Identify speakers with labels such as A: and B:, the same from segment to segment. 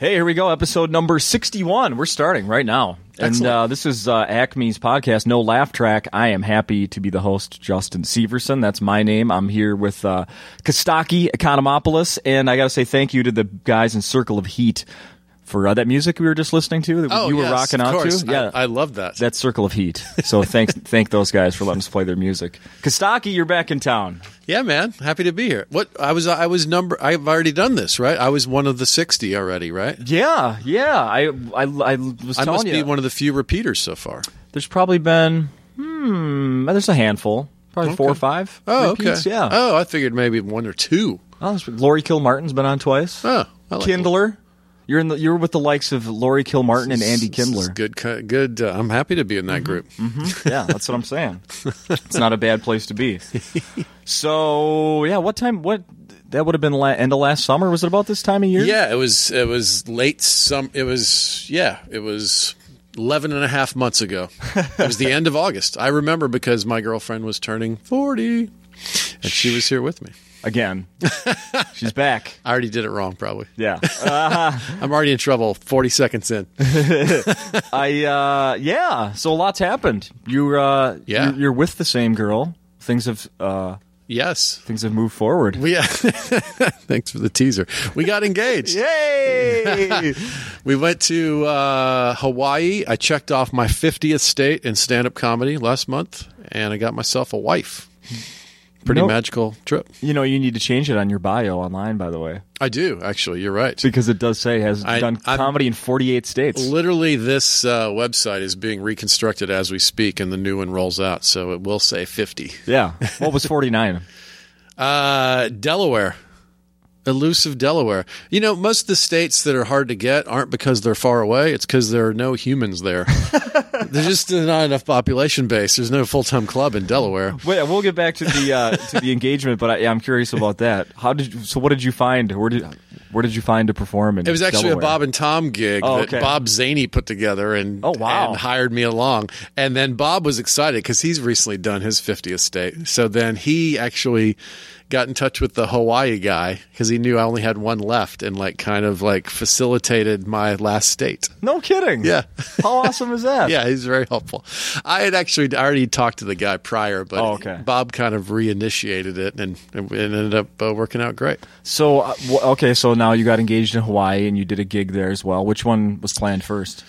A: Hey, here we go. Episode number 61. We're starting right now. And
B: Excellent.
A: uh, this is uh, Acme's podcast, No Laugh Track. I am happy to be the host, Justin Severson. That's my name. I'm here with uh, Kostaki Economopoulos. And I got to say thank you to the guys in Circle of Heat for uh, that music we were just listening to that
B: Oh,
A: you
B: yes,
A: were rocking
B: of
A: out
B: course.
A: to. Yeah.
B: I, I love that.
A: that's Circle of Heat. So thanks, thank those guys for letting us play their music. Kostaki, you're back in town.
B: yeah, man. Happy to be here. What I was, I was number. I've already done this, right? I was one of the sixty already, right?
A: Yeah, yeah. I, I, I was
B: I
A: telling
B: must
A: you.
B: be one of the few repeaters so far.
A: There's probably been hmm, there's a handful, probably four or five.
B: Oh,
A: repeats,
B: okay.
A: Yeah.
B: Oh, I figured maybe one or two.
A: Oh, that's- Lori Kilmartin's been on twice.
B: Oh, I like
A: Kindler, you're in the you're with the likes of Lori Kilmartin and Andy
B: This is
A: Kindler. Mm-hmm.
B: Good, ki- good. Uh, I'm happy to be in that group.
A: yeah, that's what I'm saying. It's not a bad place to be. So yeah, what time? What that would have been la- end of last summer? Was it about this time of year?
B: Yeah, it was. It was late. Some. It was. Yeah, it was. 11 and a half months ago. It was the end of August. I remember because my girlfriend was turning 40 and she was here with me.
A: Again, she's back.
B: I already did it wrong, probably.
A: Yeah. Uh,
B: I'm already in trouble 40 seconds in.
A: I uh yeah, so a lot's happened. You're uh
B: Yeah.
A: you're, you're with the same girl. Things have uh
B: Yes.
A: things have moved forward.
B: We, thanks for the teaser. We got engaged.
A: Yay!
B: We went to uh, Hawaii. I checked off my 50th state in stand up comedy last month, and I got myself a wife. Pretty
A: Nope.
B: magical trip.
A: you know, you need to change it on your bio online, by the way,
B: I do, actually. You're right.
A: because it does say has
B: I-
A: done
B: I'm-
A: comedy in 48 states.
B: Literally, this uh, website is being reconstructed as we speak, and the new one rolls out, so it will say 50.
A: Yeah. What was 49?
B: Uh, Delaware. Elusive Delaware. You know, most of the states that are hard to get aren't because they're far away. It's because there are no humans there. There's just not enough population base. There's no full time club in Delaware.
A: Wait, we'll get back to the uh, to the engagement, but I, I'm curious about that. How did you, so? What did you find? Where did where did you find to perform? In
B: It was actually
A: Delaware?
B: a Bob and Tom gig
A: Oh, okay.
B: that Bob Zaney put together and,
A: Oh, wow.
B: and hired me along. And then Bob was excited because he's recently done his 50th state. So then he actually got in touch with the Hawaii guy because he knew I only had one left and like kind of like facilitated my last state.
A: No kidding.
B: Yeah.
A: How awesome is that?
B: Yeah, he's very helpful. I had actually I already talked to the guy prior, but
A: Oh, okay.
B: Bob kind of reinitiated it and, and it ended up uh, working out great.
A: So uh, wh- okay, so now you got engaged in Hawaii and you did a gig there as well. Which one was planned first?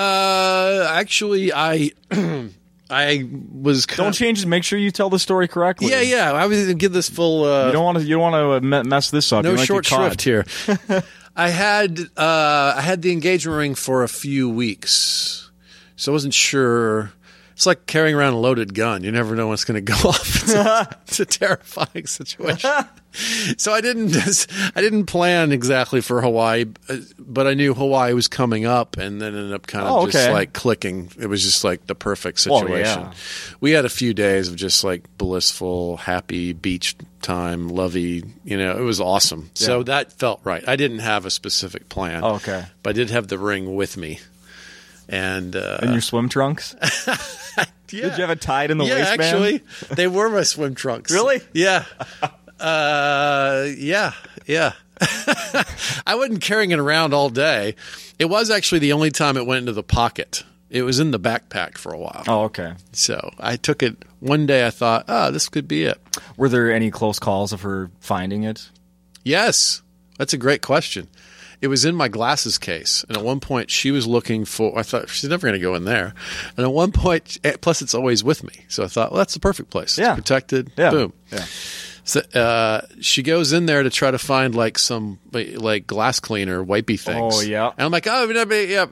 B: Uh, actually, I I was kind
A: Don't change it. Make sure you tell the story correctly.
B: yeah, yeah. I was gonna give this full uh,
A: You don't want to. You don't want to mess this up. You
B: no
A: might get
B: short
A: caught.
B: shrift here. I had uh, I had the engagement ring for a few weeks, so I wasn't sure. It's like carrying around a loaded gun. You never know when it's going to go off. It's a, it's a terrifying situation. so I didn't I didn't plan exactly for Hawaii, uh, but I knew Hawaii was coming up, and then ended up kind of
A: Oh,
B: just
A: okay.
B: like clicking. It was just like the perfect
A: Well,
B: situation.
A: yeah.
B: We had a few days of just like blissful, happy beach time, lovey. You know, it was awesome. So that felt right. I didn't have a specific plan.
A: Oh, okay.
B: But I did have the ring with me. And, uh,
A: In your swim trunks?
B: yeah.
A: Did you have it tied in the
B: yeah,
A: waistband?
B: actually, they were my swim trunks.
A: Really?
B: Yeah. Uh, yeah, yeah. I wasn't carrying it around all day. It was actually the only time it went into the pocket. It was in the backpack for a while.
A: Oh, okay.
B: So I took it one day. I thought, oh, this could be it.
A: Were there any close calls of her finding it?
B: Yes, that's a great question. It was in my glasses case, and at one point she was looking for. I thought she's never going to go in there, and at one point, eh, plus it's always with me, so I thought, well, that's the perfect place.
A: Yeah.
B: It's protected.
A: Yeah.
B: boom.
A: Yeah.
B: So, uh, she goes in there to try to find like some like like glass cleaner, wipey things.
A: Oh, yeah.
B: And I'm like, oh, no, but- yeah.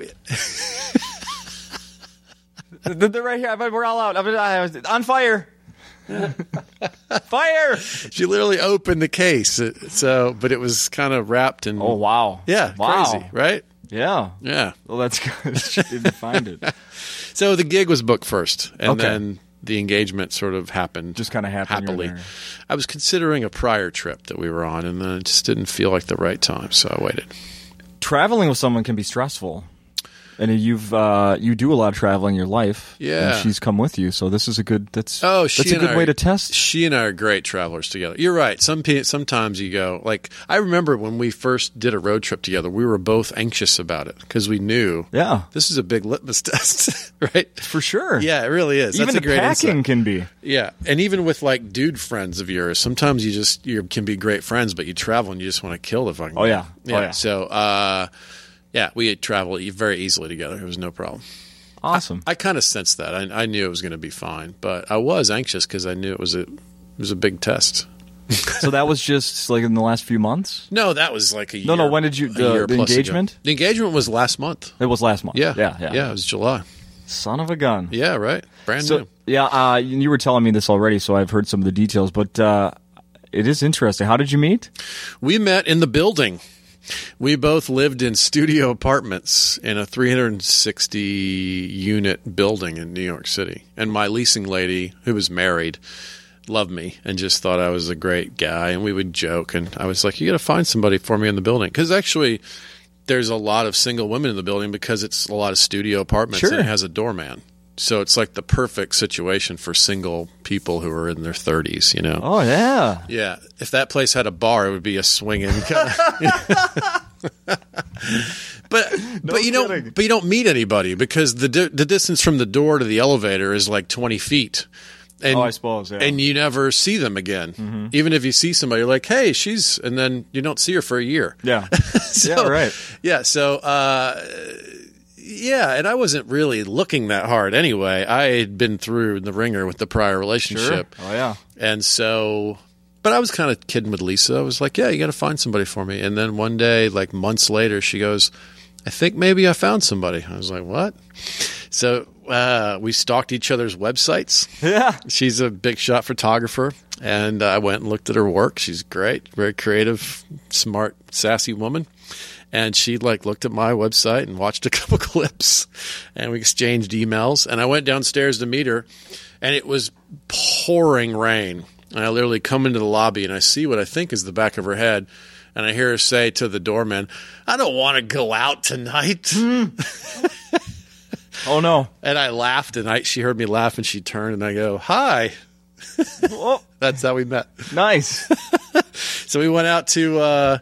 A: They're they're right here. I bet We're all out. I bet I was- On fire. fire.
B: She literally opened the case, so but it was kind of wrapped and
A: Oh, wow.
B: yeah,
A: Wow.
B: crazy, right?
A: Yeah.
B: Yeah.
A: Well, that's good. she didn't find it.
B: So the gig was booked first, and
A: Okay.
B: then the engagement sort of happened.
A: Just kinda happened, you were
B: happily.
A: there.
B: I was considering a prior trip that we were on, and then it just didn't feel like the right time, so I waited.
A: Traveling with someone can be stressful. And you've uh, you do a lot of traveling in your life.
B: Yeah.
A: and she's come with you, so this is a good. That's
B: Oh, she
A: that's a
B: and
A: good
B: I-
A: way to test.
B: She and I are great travelers together. You're right. Some pe- sometimes you go like I remember when we first did a road trip together. We were both anxious about it because we knew
A: Yeah,
B: this is a big litmus test, right?
A: for sure.
B: Yeah, it really is.
A: even
B: That's
A: the
B: a great
A: packing
B: insight.
A: can be.
B: Yeah, and even with like dude friends of yours, sometimes you just you can be great friends, but you travel and you just want to kill the fucking.
A: Oh, yeah. Oh,
B: yeah.
A: yeah.
B: So, uh, yeah, we travel e- very easily together. It was no problem.
A: Awesome.
B: I kind of sensed that. I, I knew it was going to be fine, but I was anxious because I knew it was a it was a big test.
A: so that was just like in the last few months.
B: No, that was like a year,
A: No, no, when did you-
B: a
A: the-
B: year
A: the
B: plus ago.
A: engagement?
B: uh, The engagement was last month.
A: It was last month.
B: Yeah,
A: yeah, yeah.
B: It was July.
A: Son of a gun.
B: Yeah, right. Brand
A: So
B: new.
A: yeah, uh, you you were telling me this already, so I've heard some of the details, but uh, it is interesting. How did you meet?
B: We met in the building. We both lived in studio apartments in a 360 unit building in New York City. And my leasing lady, who was married, loved me and just thought I was a great guy. And we would joke. And I was like, you got to find somebody for me in the building. Because actually, there's a lot of single women in the building because it's a lot of studio apartments
A: Sure.
B: and it has a doorman. So it's like the perfect situation for single people who are in their 30s, you know?
A: Oh yeah,
B: Yeah, if that place had a bar, it would be a swinging. Kind of but but you
A: kidding.
B: don't but you don't meet anybody because the di- the distance from the door to the elevator is like twenty feet. And,
A: Oh, I suppose, yeah. Mm-hmm.
B: And you never see them again. Even if you see somebody, you're like, "Hey, she's," and then you don't see her for a year.
A: yeah,
B: So-
A: yeah. Right.
B: Yeah. So, uh, yeah, and I wasn't really looking that hard anyway. I had been through the ringer with the prior relationship.
A: Oh yeah.
B: And so, but I was kind of kidding with Lisa. I was like, yeah, you got to find somebody for me. And then one day, like months later, she goes, I think maybe I found somebody. I was like, what? So uh, we stalked each other's websites.
A: Yeah.
B: She's a big shot photographer. And I went and looked at her work. She's great, very creative, smart, sassy woman. And she like looked at my website and watched a couple clips and we exchanged emails. And I went downstairs to meet her and it was pouring rain. And I literally come into the lobby and I see what I think is the back of her head. And I hear her say to the doorman, I don't want to go out tonight.
A: Oh no.
B: And I laughed and I, she heard me laugh and she turned and I go, Hi.
A: Oh,
B: That's how we met.
A: nice.
B: So we went out to uh,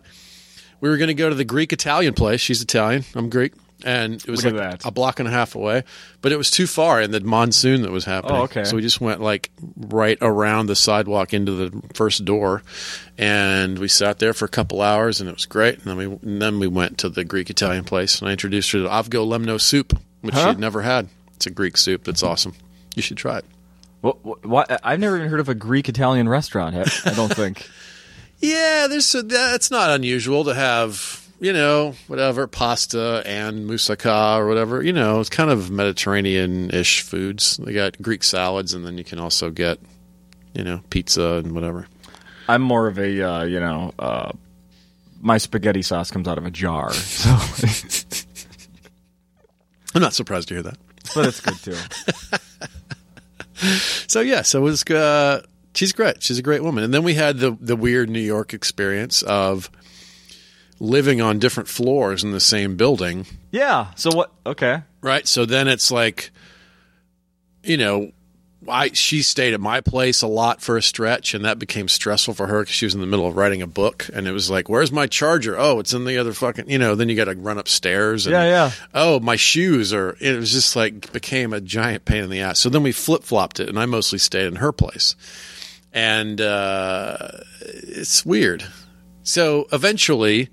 B: we were going to go to the Greek Italian place. She's Italian. I'm Greek, and it was
A: Look at
B: like
A: that.
B: a block and a half away, but it was too far in the monsoon that was happening.
A: Oh, okay.
B: So we just went like right around the sidewalk into the first door, and we sat there for a couple hours, and it was great. And then we and then we went to the Greek Italian place, and I introduced her to avgo lemno soup, which
A: Huh?
B: she'd never had. It's a Greek soup that's awesome. You should try it.
A: What, what, what, I've never even heard of a Greek Italian restaurant. I- I don't think.
B: Yeah, there's that's not unusual to have you know whatever pasta and moussaka or whatever you know it's kind of Mediterranean-ish foods. They got Greek salads, and then you can also get you know pizza and whatever.
A: I'm more of a uh, you know uh, my spaghetti sauce comes out of a jar, so
B: I'm not surprised to hear that.
A: but it's good too.
B: So yeah, so it was uh, she's great. She's a great woman. And then we had the the weird New York experience of living on different floors in the same building.
A: Yeah. So what? Okay.
B: right? So then it's like, you know, I she stayed at my place a lot for a stretch, and that became stressful for her because she was in the middle of writing a book, and it was like, "Where's my charger? Oh, it's in the other fucking," you know. Then you got to run upstairs. And,
A: Yeah, yeah.
B: Oh, my shoes are. It was just like became a giant pain in the ass. So then we flip flopped it, and I mostly stayed in her place, and uh, it's weird. So eventually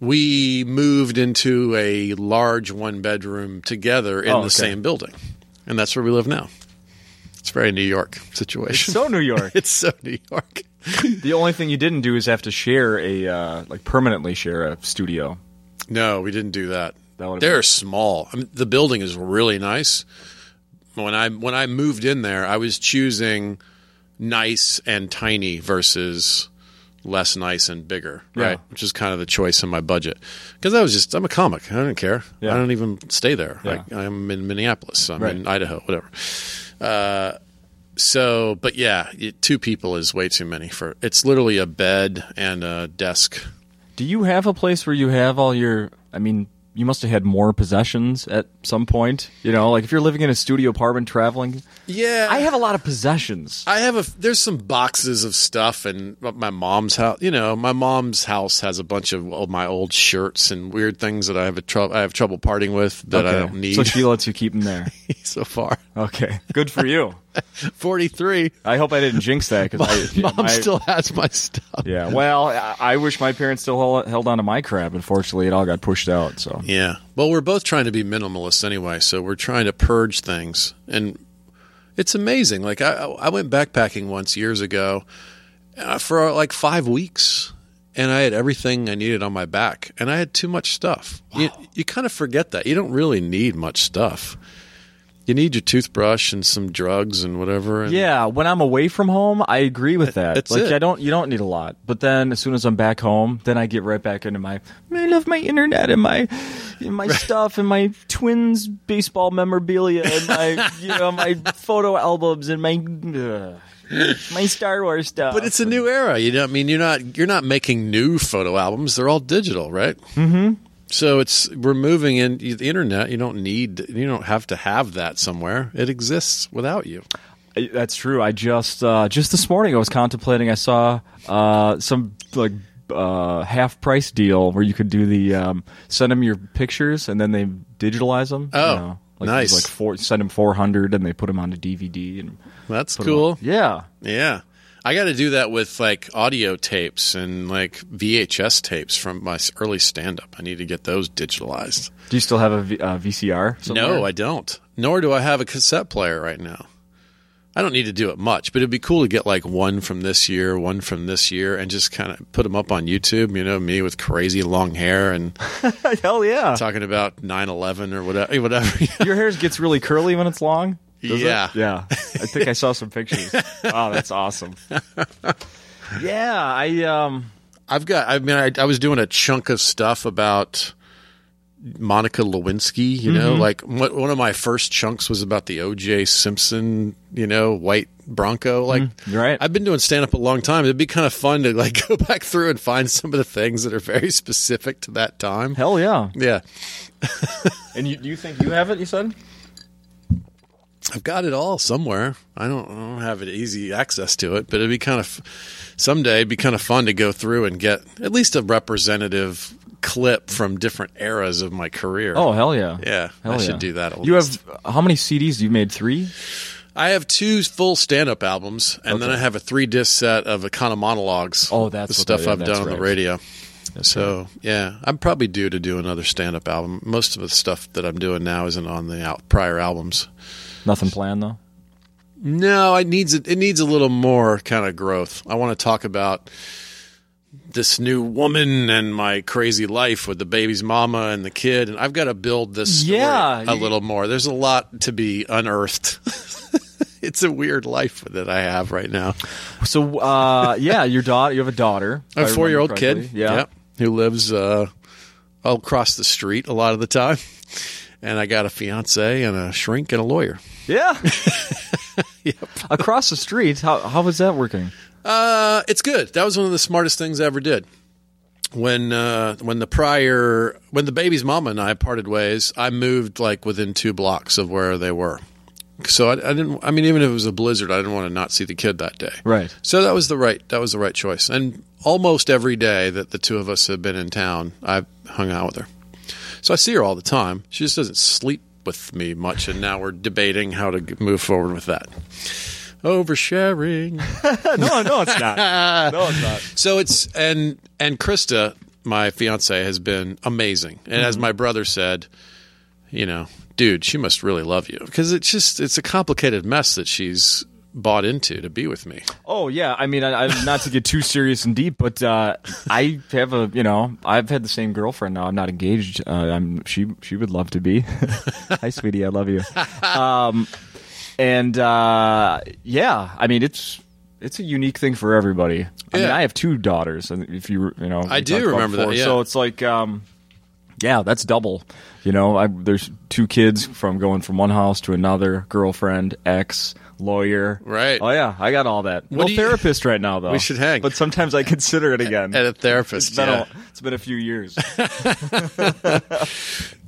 B: we moved into a large one bedroom together in
A: Oh,
B: the
A: okay.
B: same building. And that's where we live now. It's a very New York situation.
A: So New York.
B: It's so New York.
A: The only thing you didn't do is have to share a uh, like permanently share a studio.
B: No, we didn't do that.
A: That would've
B: They're small. I mean, the building is really nice. When I when I moved in there, I was choosing nice and tiny versus less nice and bigger,
A: Yeah.
B: right? Which is kind of the choice in my budget because I was just I'm a comic. I don't care.
A: Yeah.
B: I don't even stay there.
A: Yeah.
B: I, I'm in Minneapolis. I'm in
A: Right.
B: Idaho. Whatever. Uh, So, but yeah, it, two people is way too many for. It's literally a bed and a desk.
A: Do you have a place where you have all your? I mean, you must have had more possessions at some point. You know, like if you're living in a studio apartment traveling.
B: Yeah.
A: I have a lot of possessions.
B: I have a there's some boxes of stuff and my mom's house. You know, my mom's house has a bunch of all my old shirts and weird things that I have a trou- I have trouble parting with that I
A: Okay.
B: don't need
A: So she lets you keep them there.
B: so far.
A: Okay, good for you.
B: Forty three.
A: I hope I didn't jinx that because
B: Mom still has my stuff.
A: Yeah, well, I- I wish my parents still hol- held on to my crab. Unfortunately, it all got pushed out. So
B: Yeah. Well, we're both trying to be minimalists anyway, so we're trying to purge things. And it's amazing. Like I I went backpacking once years ago uh, for like 5 weeks and I had everything I needed on my back and I had too much stuff. You you kind of forget that. You don't really need much stuff. You need your toothbrush and some drugs and whatever and
A: yeah, when I'm away from home, I agree with that.
B: That's
A: like
B: it.
A: I don't, you don't need a lot. But then as soon as I'm back home, then I get right back into my. I love my internet and my, and my stuff and my twins baseball memorabilia and my you know my photo albums and my. ugh, my Star Wars stuff.
B: But it's a new era, you know. I mean, you're not you're not making new photo albums; they're all digital, right? Mm-hmm. So it's we're moving in the internet. You don't need you don't have to have that somewhere. It exists without you.
A: I- That's true. I just uh, just this morning I was contemplating. I saw uh, some like uh, half price deal where you could do the um, send them your pictures and then they digitalize them.
B: Oh,
A: you know, like,
B: nice.
A: Like four, send them four hundred and they put them onto DVD and
B: That's
A: put 'em
B: cool.
A: up. Yeah,
B: Yeah, I got to do that with like audio tapes and like VHS tapes from my s- early stand up. I need to get those digitalized.
A: do you still have a v- uh, VCR? somewhere?
B: No, I don't. Nor do I have a cassette player right now. I don't need to do it much, but it'd be cool to get like one from this year, one from this year, and just kind of put them up on YouTube. You know, me with crazy long hair and
A: hell yeah.
B: talking about 9 11 or whatever. whatever.
A: Your hair gets really curly when it's long. does it?
B: Yeah.
A: yeah. I think I saw some pictures. Oh, that's awesome. Yeah, I um.
B: I've got, I mean, I, I was doing a chunk of stuff about Monica Lewinsky, you know, like one one of my first chunks was about the OJ Simpson, you know, white Bronco. Like,
A: you're right.
B: I've been doing stand up a long time. It'd be kind of fun to like go back through and find some of the things that are very specific to that time.
A: Hell yeah.
B: Yeah.
A: And you, you think you have it? You said.
B: I've got it all somewhere. I don't, I don't have it easy access to it, but it'd be kind of someday it'd be kind of fun to go through and get at least a representative clip from different eras of my career.
A: Oh hell yeah!
B: Yeah,
A: hell
B: I
A: yeah.
B: should do that at
A: you
B: least.
A: have how many CDs? You made three.
B: I have two full stand-up albums, and then I have a three-disc set of Econo monologues.
A: Oh, that's
B: the
A: what
B: stuff
A: that-
B: I've
A: that's
B: done on the
A: right.
B: radio. so yeah, I'm probably due to do another stand-up album. Most of the stuff that I'm doing now isn't on the out- prior albums.
A: Nothing planned though.
B: No, it needs it needs a little more kind of growth. I want to talk about this new woman and my crazy life with the baby's mama and the kid, and I've got to build this story
A: Yeah,
B: a
A: you-
B: little more. There's a lot to be unearthed. it's a weird life that I have right now.
A: So uh, yeah, your daughter. You have a daughter. if I
B: A
A: remember
B: four year old kid,
A: correctly. Yeah.
B: yep, who lives uh, all across the street a lot of the time, and I got a fiance and a shrink and a lawyer.
A: Yeah. Across the street. How how was that working?
B: Uh, it's good. That was one of the smartest things I ever did. When uh, when the prior when the baby's mama and I parted ways, I moved like within two blocks of where they were. So I, I didn't. I mean, even if it was a blizzard, I didn't want to not see the kid that day.
A: Right.
B: So that was the right that was the right choice. And almost every day that the two of us have been in town, I've hung out with her. So I see her all the time. She just doesn't sleep with me much, and now we're debating how to g- move forward with that. Oversharing.
A: no, no, it's not. No, it's not.
B: So it's and and Krista, my fiance, has been amazing. And as my brother said, you know, dude, she must really love you because it's just it's a complicated mess that she's bought into to be with me.
A: Oh yeah. I mean, I, I, not to get too serious and deep, but uh, I have a you know I've had the same girlfriend now. I'm not engaged. Uh, I'm she she would love to be. Hi, sweetie. I love you. Um, and uh, yeah, I mean it's it's a unique thing for everybody. I mean,
B: Yeah.
A: I have two daughters, and if you you know, we
B: do
A: talked about
B: remember that,
A: before,
B: yeah.
A: So it's like, um, yeah, that's double. You know, I, there's two kids from going from one house to another, girlfriend, ex, lawyer.
B: Right.
A: Oh yeah, I got all that.
B: What
A: no
B: do you-
A: therapist right now though.
B: We should hang.
A: But sometimes I consider it again.
B: and a therapist.
A: it's been
B: yeah.
A: a, it's been a few years.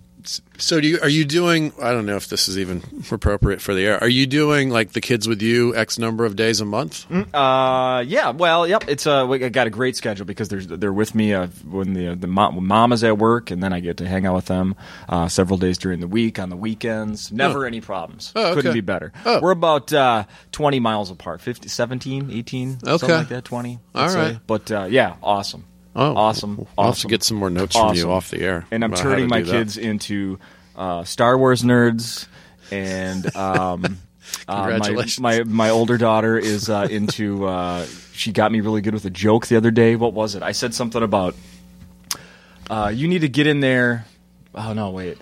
B: So do you, are you doing? I don't know if this is even appropriate for the air. Are you doing like the kids with you x number of days a month?
A: Uh, yeah. Well, yep. It's uh, we- I got a great schedule because they're they're with me uh, when the the mom, when mom is at work, and then I get to hang out with them uh, several days during the week on the weekends. Never any problems.
B: Oh, okay.
A: Couldn't be better.
B: Oh.
A: We're about uh, twenty miles apart, 50, 17, 18,
B: Okay.
A: something like that. Twenty. All
B: All
A: right.
B: right.
A: But uh, yeah, awesome.
B: Oh,
A: awesome.
B: We'll have to
A: awesome.
B: get some more notes from you
A: Awesome.
B: off the air.
A: and I'm
B: about how to
A: turning my
B: do that.
A: kids into uh, Star Wars nerds and. Um, uh, my-
B: Congratulations.
A: my, my older daughter is uh, into. Uh, she got me really good with a joke the other day. What was it? I said something about uh, you need to get in there. Oh no, wait.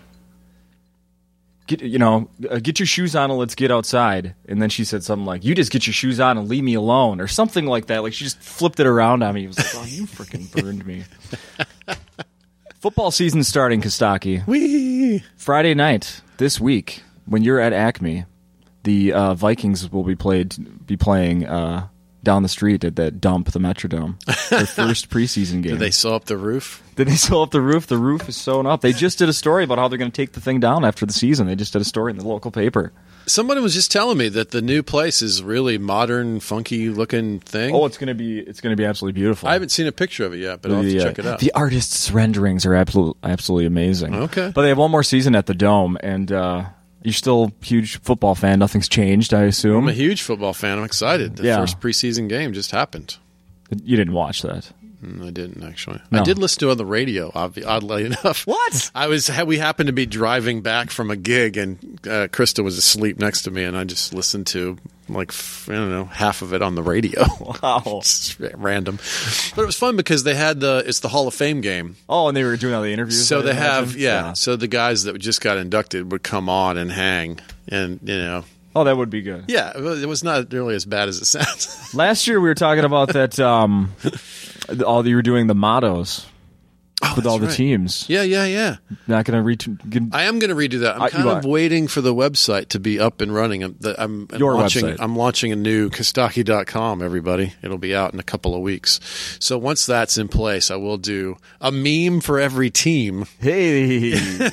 A: Get you know, uh, get your shoes on and let's get outside. And then she said something like, "You just get your shoes on and leave me alone," or something like that. Like she just flipped it around on me. It was like, "Oh, you freaking burned me." Football season starting, Kostaki.
B: Whee!
A: Friday night this week, when you're at Acme, the uh, Vikings will be played be playing uh, down the street at that dump, the Metrodome. Their first preseason game.
B: They saw up the roof.
A: Did they sew up the roof? The roof is sewn up. They just did a story about how they're going to take the thing down after the season. They just did a story in the local paper.
B: Someone was just telling me that the new place is really modern, funky looking thing.
A: Oh, it's going to be it's going to be absolutely beautiful.
B: I haven't seen a picture of it yet, but I'll have to
A: the, uh,
B: check it out.
A: the artists' renderings are absolutely absolutely amazing.
B: Okay.
A: but they have one more season at the dome, and uh, you're still a huge football fan. Nothing's changed, I assume.
B: I'm a huge football fan. I'm excited. The
A: Yeah.
B: first preseason game just happened.
A: you didn't watch that.
B: Mm, I didn't actually. I
A: No.
B: did listen to it on the radio, obvi- oddly enough.
A: What?
B: I was. We happened to be driving back from a gig, and uh, Krista was asleep next to me, and I just listened to like f- I don't know half of it on the radio.
A: Wow.
B: It's random, but it was fun because they had the it's the Hall of Fame game,
A: Oh, and they were doing all the interviews.
B: so
A: I
B: they have
A: imagine?
B: yeah, So the guys that just got inducted would come on and hang, and you know
A: Oh, that would be good.
B: yeah, it was- it was not nearly as bad as it sounds.
A: Last year we were talking about that. Um, all you were doing the mottos with all the
B: Oh, right.
A: teams.
B: yeah, yeah, yeah.
A: Not going to reach.
B: I am going to redo that. I'm
A: Uh, you
B: kind of
A: are.
B: waiting for the website to be up and running. I'm, the, I'm, I'm
A: Your
B: launching,
A: website.
B: I'm launching a new Kostaki.com, everybody. It'll be out in a couple of weeks. So once that's in place, I will do a meme for every team.
A: hey,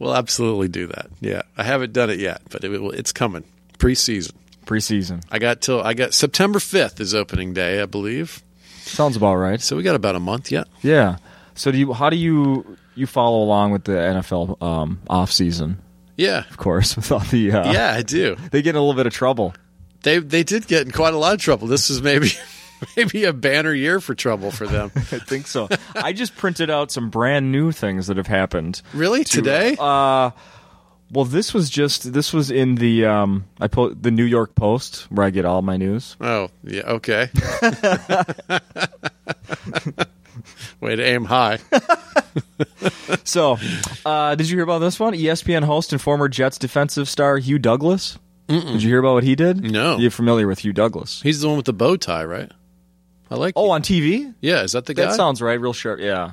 B: We'll absolutely do that. Yeah. I haven't done it yet, but it will, it's coming. Preseason.
A: preseason
B: I got till I got September 5th is opening day, I believe.
A: sounds about right.
B: So we got about a month yet.
A: Yeah. So do you? How do you you follow along with the NFL um, off season?
B: Yeah.
A: Of course, with all the uh,
B: Yeah, I do.
A: they get in a little bit of trouble.
B: They they did get in quite a lot of trouble. This is maybe maybe a banner year for trouble for them.
A: I think so. I just printed out some brand new things that have happened.
B: Really? Today?
A: Uh, well, this was just this was in the um, I po- the New York Post where I get all my news.
B: Oh, yeah, okay. Way to aim high.
A: So, uh, did you hear about this one? ESPN host and former Jets defensive star Hugh Douglas. Did you hear about what he did?
B: No.
A: You're familiar with Hugh Douglas?
B: He's the one with the bow tie, right? I like
A: Oh, on TV.
B: Yeah, is that the
A: That
B: guy?
A: sounds right. Real sharp. Yeah.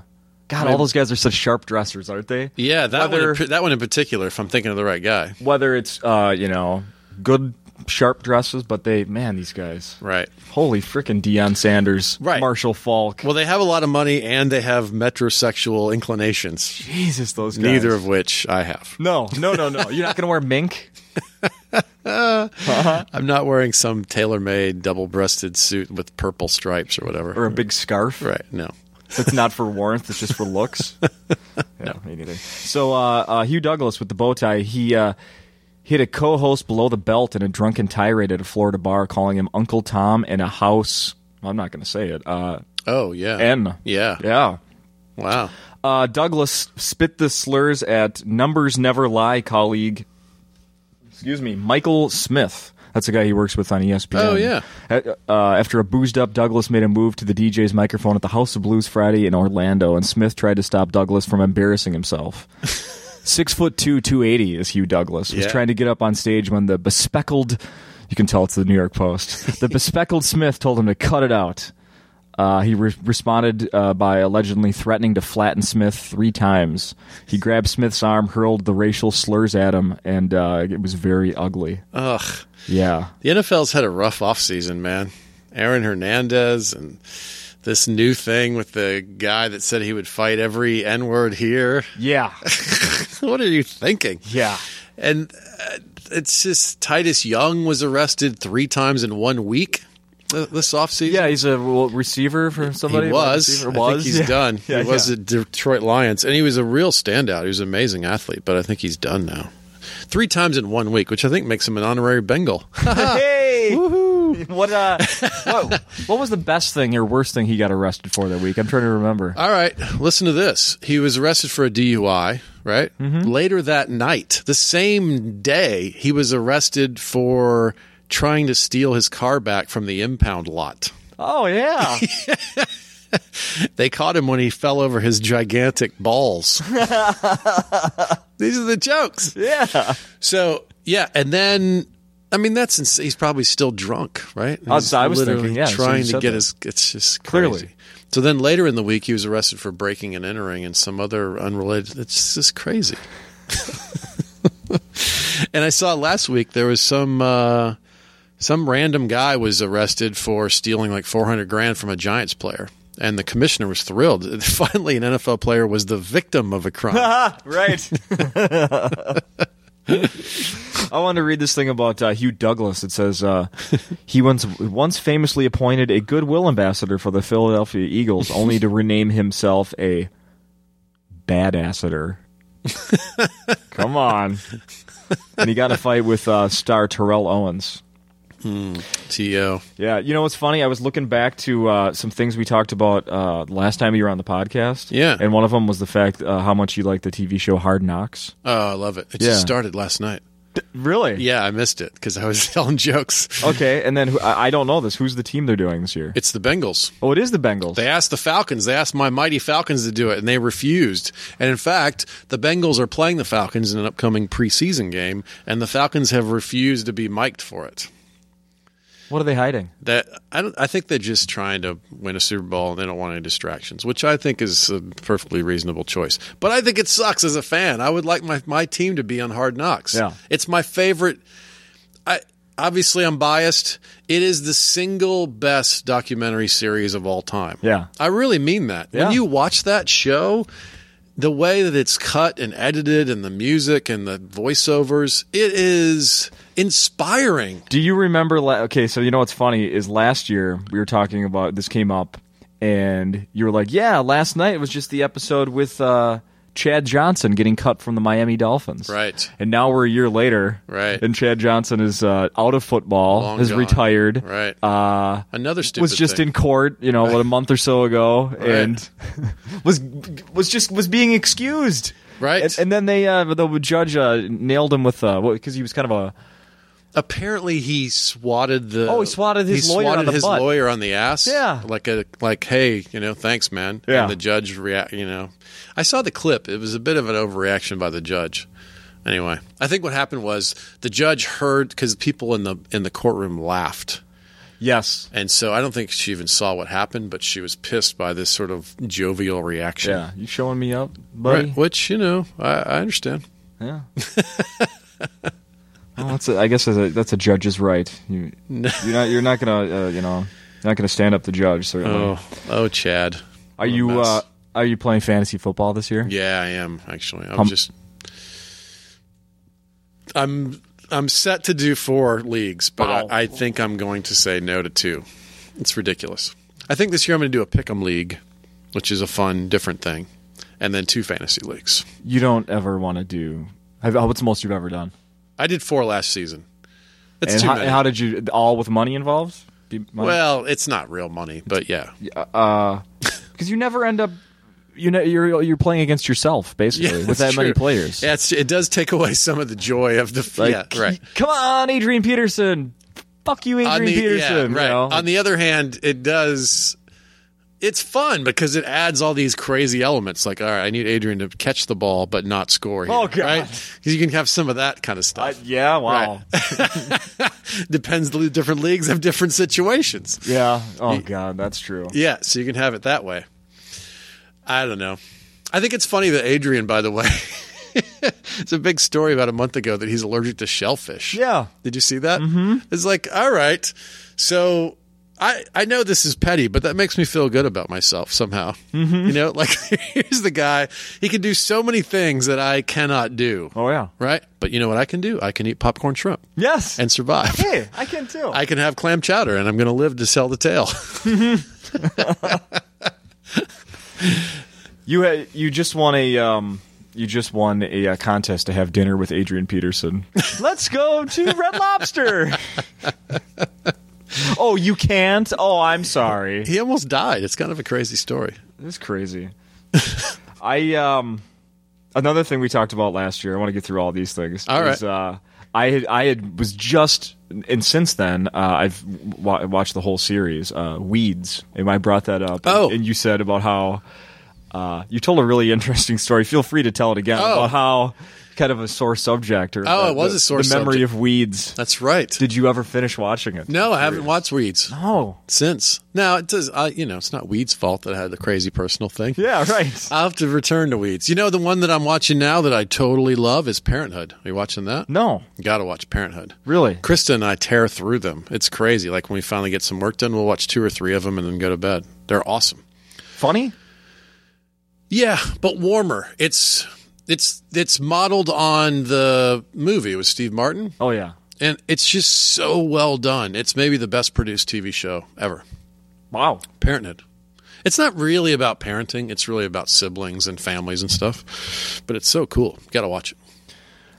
A: God, all those guys are such sharp dressers, aren't they?
B: yeah, that one, in,
A: Whether-
B: par- that one in particular, if I'm thinking of the right guy.
A: Whether it's uh, you know good sharp dresses, but they man these guys.
B: Right.
A: Holy frickin' Deion Sanders,
B: Right.
A: Marshall Falk.
B: Well, they have a lot of money and they have metrosexual inclinations,
A: Jesus, those guys.
B: neither of which I have.
A: No, no, no, no. You're not going to wear mink.
B: I'm not wearing some tailor made double breasted suit with purple stripes or whatever.
A: or a big scarf.
B: right, no.
A: That's not for warmth. It's just for looks. yeah, me neither. So uh, uh, Hugh Douglas with the bow tie, he uh, hit a co-host below the belt in a drunken tirade at a Florida bar, calling him Uncle Tom and a house. I'm not going to say it. Uh,
B: Oh, yeah.
A: N.
B: Yeah.
A: Yeah.
B: Wow.
A: Uh, Douglas spit the slurs at Numbers Never Lie colleague, excuse me, Michael Smith. That's the guy he works with on E ESPN.
B: Oh, yeah.
A: Uh, uh, after a boozed up Douglas made a move to the DJ's microphone at the House of Blues Friday in Orlando, and Smith tried to stop Douglas from embarrassing himself. Six foot two, two eighty is Hugh Douglas. Was
B: Yeah.
A: trying to get up on stage when the bespeckled, you can tell it's the New York Post. The bespeckled Smith told him to cut it out. Uh, he re- responded uh, by allegedly threatening to flatten Smith three times. He grabbed Smith's arm, hurled the racial slurs at him, and uh, it was very ugly.
B: Ugh.
A: Yeah.
B: The NFL's had a rough offseason, man. Aaron Hernandez and this new thing with the guy that said he would fight every N word here.
A: Yeah.
B: what are you thinking?
A: Yeah.
B: And uh, it's just Titus Young was arrested three times in one week uh, this offseason.
A: Yeah, he's a well, receiver for somebody.
B: he was.
A: Receiver?
B: I think he's
A: Yeah.
B: done.
A: Yeah,
B: he was
A: yeah.
B: at Detroit Lions, and he was a real standout. He was an amazing athlete, but I think he's done now. Three times in one week, which I think makes him an honorary Bengal.
A: Hey! Woohoo! What, uh, what, what was the best thing or worst thing he got arrested for that week? I'm trying to remember.
B: All right, listen to this. He was arrested for a DUI, right?
A: Mm-hmm.
B: Later that night, the same day, he was arrested for trying to steal his car back from the impound lot.
A: Oh, yeah.
B: They caught him when he fell over his gigantic balls. These are the jokes.
A: yeah.
B: So, yeah, and then I mean that's ins- he's probably still drunk, right?
A: I was-
B: He's
A: I was
B: literally
A: thinking, yeah, as soon as
B: trying
A: you
B: to
A: said
B: get
A: that.
B: his it's just
A: Clearly.
B: crazy. So then later in the week he was arrested for breaking and entering and some other unrelated it's just crazy. and I saw last week there was some uh some random guy was arrested for stealing like 400 grand from a Giants player. And the commissioner was thrilled. Finally, an NFL player was the victim of a crime.
A: Ah, right. I want to read this thing about uh, Hugh Douglas. It says uh, he once once famously appointed a goodwill ambassador for the Philadelphia Eagles, only to rename himself a badassador. Come on, and he got in a fight with uh, star Terrell Owens.
B: T.O.
A: Yeah, you know what's funny? I was looking back to uh, some things we talked about uh, last time you were on the podcast.
B: Yeah.
A: and one of them was the fact uh, how much you like the TV show Hard Knocks.
B: Oh, I love it. It
A: Yeah.
B: just started last night.
A: Really?
B: Yeah, I missed it because I was telling jokes.
A: Okay, and then who, I I don't know this. Who's the team they're doing this year?
B: It's the Bengals.
A: Oh, it is the Bengals.
B: They asked the Falcons. They asked my mighty Falcons to do it, and they refused. And in fact, the Bengals are playing the Falcons in an upcoming preseason game, and the Falcons have refused to be mic'd for it.
A: What are they hiding?
B: That I don't. I think they're just trying to win a Super Bowl, and they don't want any distractions, which I think is a perfectly reasonable choice. But I think it sucks as a fan. I would like my my team to be on Hard Knocks.
A: Yeah.
B: it's my favorite. I obviously I'm biased. It is the single best documentary series of all time.
A: Yeah.
B: I really mean that.
A: Yeah.
B: When you watch that show, the way that it's cut and edited, and the music and the voiceovers, it is inspiring.
A: Do you remember? La- okay, so you know what's funny is last year we were talking about this came up, and you were like, "Yeah, last night was just the episode with uh, Chad Johnson getting cut from the Miami Dolphins."
B: Right.
A: And now we're a year later,
B: Right.
A: And Chad Johnson is uh, out of football,
B: Long
A: has
B: gone.
A: retired,
B: Right.
A: Uh,
B: Another stupid
A: was just
B: thing.
A: in court, you know, what a month or so ago, and was was just was being excused,
B: Right.
A: And, and then they uh, the judge uh, nailed him with uh, because he was kind of a
B: Apparently, he swatted the.
A: Oh, he swatted his
B: he
A: lawyer on
B: swatted
A: the
B: his
A: butt.
B: lawyer on the ass.
A: Yeah.
B: like a like, hey, you know, thanks, man.
A: Yeah.
B: And the judge react. You know, I saw the clip. It was a bit of an overreaction by the judge. Anyway, I think what happened was the judge heard because people in the in the courtroom laughed,
A: yes,
B: and so I don't think she even saw what happened, but she was pissed by this sort of jovial reaction.
A: yeah, you showing me up, buddy?
B: Right, which you know, I, I understand.
A: Yeah. well, that's a, I guess that's a, that's a judge's right. You, you're not you're not gonna uh, you know you're not gonna stand up to judge. Certainly.
B: Oh, oh, Chad.
A: are
B: What a
A: you
B: mess.
A: uh, are you playing fantasy football this year?
B: Yeah, I am actually. I'm
A: Um,
B: just I'm I'm set to do four leagues, but
A: Wow.
B: I, I think I'm going to say no to two. It's ridiculous. I think this year I'm going to do a pick'em league, which is a fun, different thing, and then two fantasy leagues.
A: You don't ever want to do. have- What's the most you've ever done?
B: I did four last season. That's
A: and
B: too
A: how,
B: many.
A: how did you all with money involved? Be- money?
B: well, it's not real money, but yeah,
A: because you never end up. You know, you're you're playing against yourself basically with
B: that's
A: that many
B: true.
A: players.
B: Yeah, it's, it does take away some of the joy of the
A: Like,
B: yeah, right.
A: Come on, Adrian Peterson. Fuck you, Adrian
B: on the,
A: Peterson.
B: Yeah, right.
A: you know?
B: On the other hand, it does. it's fun because it adds all these crazy elements. Like, all right, I need Adrian to catch the ball but not score. Here,
A: Oh, God.
B: right? 'Cause you can have some of that kind of
A: Uh,
B: stuff.
A: yeah, wow.
B: Depends. the Different leagues have different situations.
A: Yeah. Oh god, that's true.
B: Yeah, so you can have it that way. I don't know. I think it's funny that Adrian, by the way, it's a big story about a month ago that he's allergic to shellfish.
A: Yeah.
B: Did you see that? Mm-hmm. It's like, all right. So I, I know this is petty, but that makes me feel good about myself somehow. You know, like here's the guy. He can do so many things that I cannot do.
A: Oh yeah.
B: Right? But you know what I can do? I can eat popcorn shrimp
A: Yes.
B: and survive.
A: hey, I can too.
B: I can have clam chowder and I'm going to live to sell the tale.
A: you ha- you just won a um you just won a uh, contest to have dinner with Adrian Peterson. Let's go to Red Lobster. oh, you can't. Oh, I'm sorry.
B: he almost died. It's kind of a crazy story.
A: This is crazy. I um another thing we talked about last year. I want to get through all these things.
B: All right.
A: was, uh, I had, I had was just and since then uh, I've wa- watched the whole series uh, Weeds and I brought that up. and-
B: Oh.
A: and, you said about how uh, you told a really interesting story. Feel free to tell it again
B: Oh.
A: about how kind of a sore subject or
B: Oh,
A: the-
B: it was
A: the-
B: a sore
A: the memory
B: subject.
A: of Weeds.
B: That's right.
A: Did you ever finish watching it?
B: no, I haven't watched Weeds
A: Oh,
B: since. Now it does. I, you know, it's not Weeds' fault that I had the crazy personal thing.
A: yeah, right.
B: I'll have to return to Weeds. You know, the one that I'm watching now that I totally love is Parenthood. Are you watching that?
A: no,
B: Got to watch Parenthood.
A: really.
B: Krista and I tear through them. It's crazy. Like when we finally get some work done, we'll watch two or three of them and then go to bed. They're awesome.
A: Funny?
B: Yeah, but warmer. It's it's it's modeled on the movie with Steve Martin.
A: Oh yeah.
B: and it's just so well done. It's maybe the best produced TV show ever.
A: Wow.
B: Parenthood. It's not really about parenting. It's really about siblings and families and stuff. But it's so cool. Got to watch it.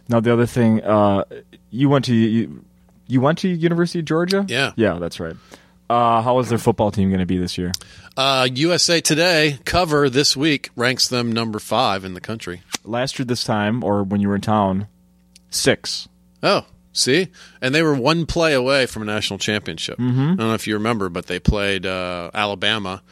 A: Now the other thing, uh, you went to you, you went to University of Georgia.
B: Yeah.
A: yeah, that's right. Uh, how is their football team going to be this year?
B: Uh, USA Today cover this week ranks them number five in the country.
A: Last year this time, or when you were in town, six.
B: Oh, see, and they were one play away from a national championship.
A: Mm-hmm.
B: I don't know if you remember, but they played uh, Alabama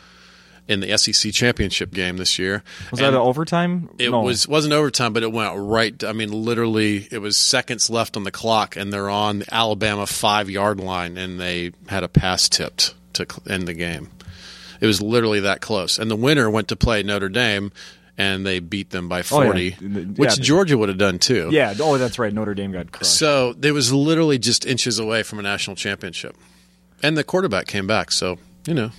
B: in the SEC championship game this year.
A: Was that an overtime?
B: It
A: No.
B: was wasn't overtime, but it went right. I mean, literally, it was seconds left on the clock, and they're on the Alabama five yard line, and they had a pass tipped to cl- end the game. It was literally that close, and the winner went to play Notre Dame, and they beat them by
A: Oh, yeah.
B: forty,
A: Yeah.
B: which Georgia would have done too.
A: Yeah. Oh, that's right. Notre Dame got crushed.
B: So it was literally just inches away from a national championship, and the quarterback came back. So you know,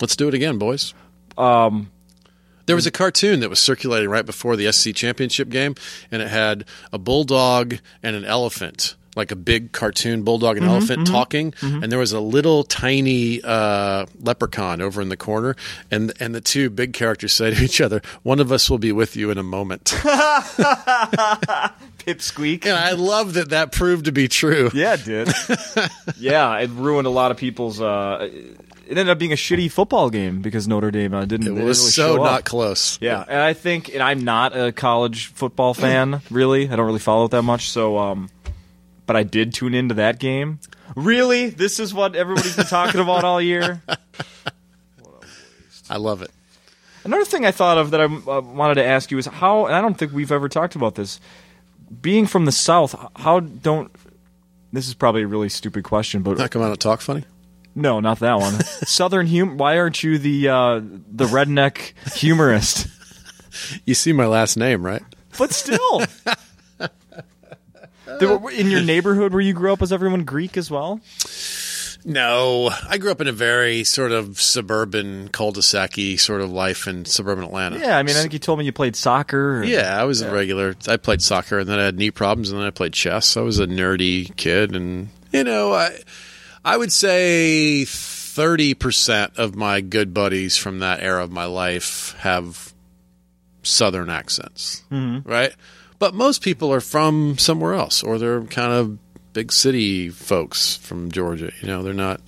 B: let's do it again, boys. There was a cartoon that was circulating right before the SC championship game, and it had a bulldog and an elephant, like a big cartoon bulldog and elephant talking, and there was a little tiny uh, leprechaun over in the corner, and and the two big characters say to each other, "One of us will be with you in a moment."
A: Pipsqueak.
B: and I love that that proved to be true.
A: Yeah, it did. yeah, it ruined a lot of people's. Uh, it ended up being a shitty football game because Notre Dame uh, didn't.
B: It
A: they didn't
B: was
A: really
B: so
A: show up.
B: not close.
A: Yeah, and I think, and I'm not a college football fan, really. I don't really follow it that much. So, um, but I did tune into that game. Really, this is what everybody's been talking about all year.
B: I love it.
A: Another thing I thought of that I uh, wanted to ask you is how, and I don't think we've ever talked about this. Being from the South, h- how don't this is probably a really stupid question, but
B: Not come out and talk funny.
A: no, not that one. Southern humor. Why aren't you the uh, the redneck humorist?
B: You see my last name, right?
A: but still. There were- in your neighborhood where you grew up, was everyone Greek as well?
B: No, I grew up in a very sort of suburban cul-de-sac sort of life in suburban Atlanta.
A: Yeah, I mean, I think you told me you played soccer. or-
B: Yeah, I was a regular. I played soccer, and then I had knee problems, and then I played chess. I was a nerdy kid, and you know, I I would say thirty percent of my good buddies from that era of my life have Southern accents, right? But most people are from somewhere else, or they're kind of big city folks from Georgia. You know, they're not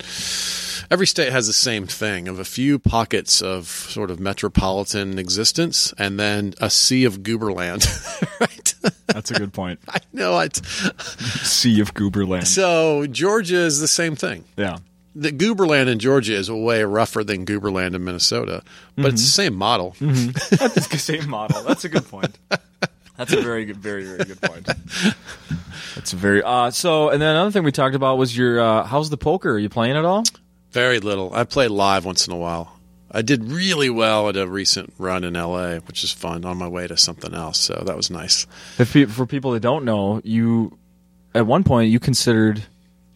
B: every state has the same thing of a few pockets of sort of metropolitan existence and then a sea of gooberland right
A: that's a good point.
B: i know it
A: Sea of Gooberland.
B: so georgia is the same thing
A: Yeah,
B: the Gooberland in Georgia is way rougher than Gooberland in Minnesota, but it's the
A: Mm-hmm.
B: same model.
A: That's the same model. That's a good point. That's a very good, very, very good point. That's a very uh, so. And then another thing we talked about was your uh, how's the poker? Are you playing at all?
B: Very little. I play live once in a while. I did really well at a recent run in LA, which is fun on my way to something else. So that was nice.
A: If pe- for people that don't know, you at one point you considered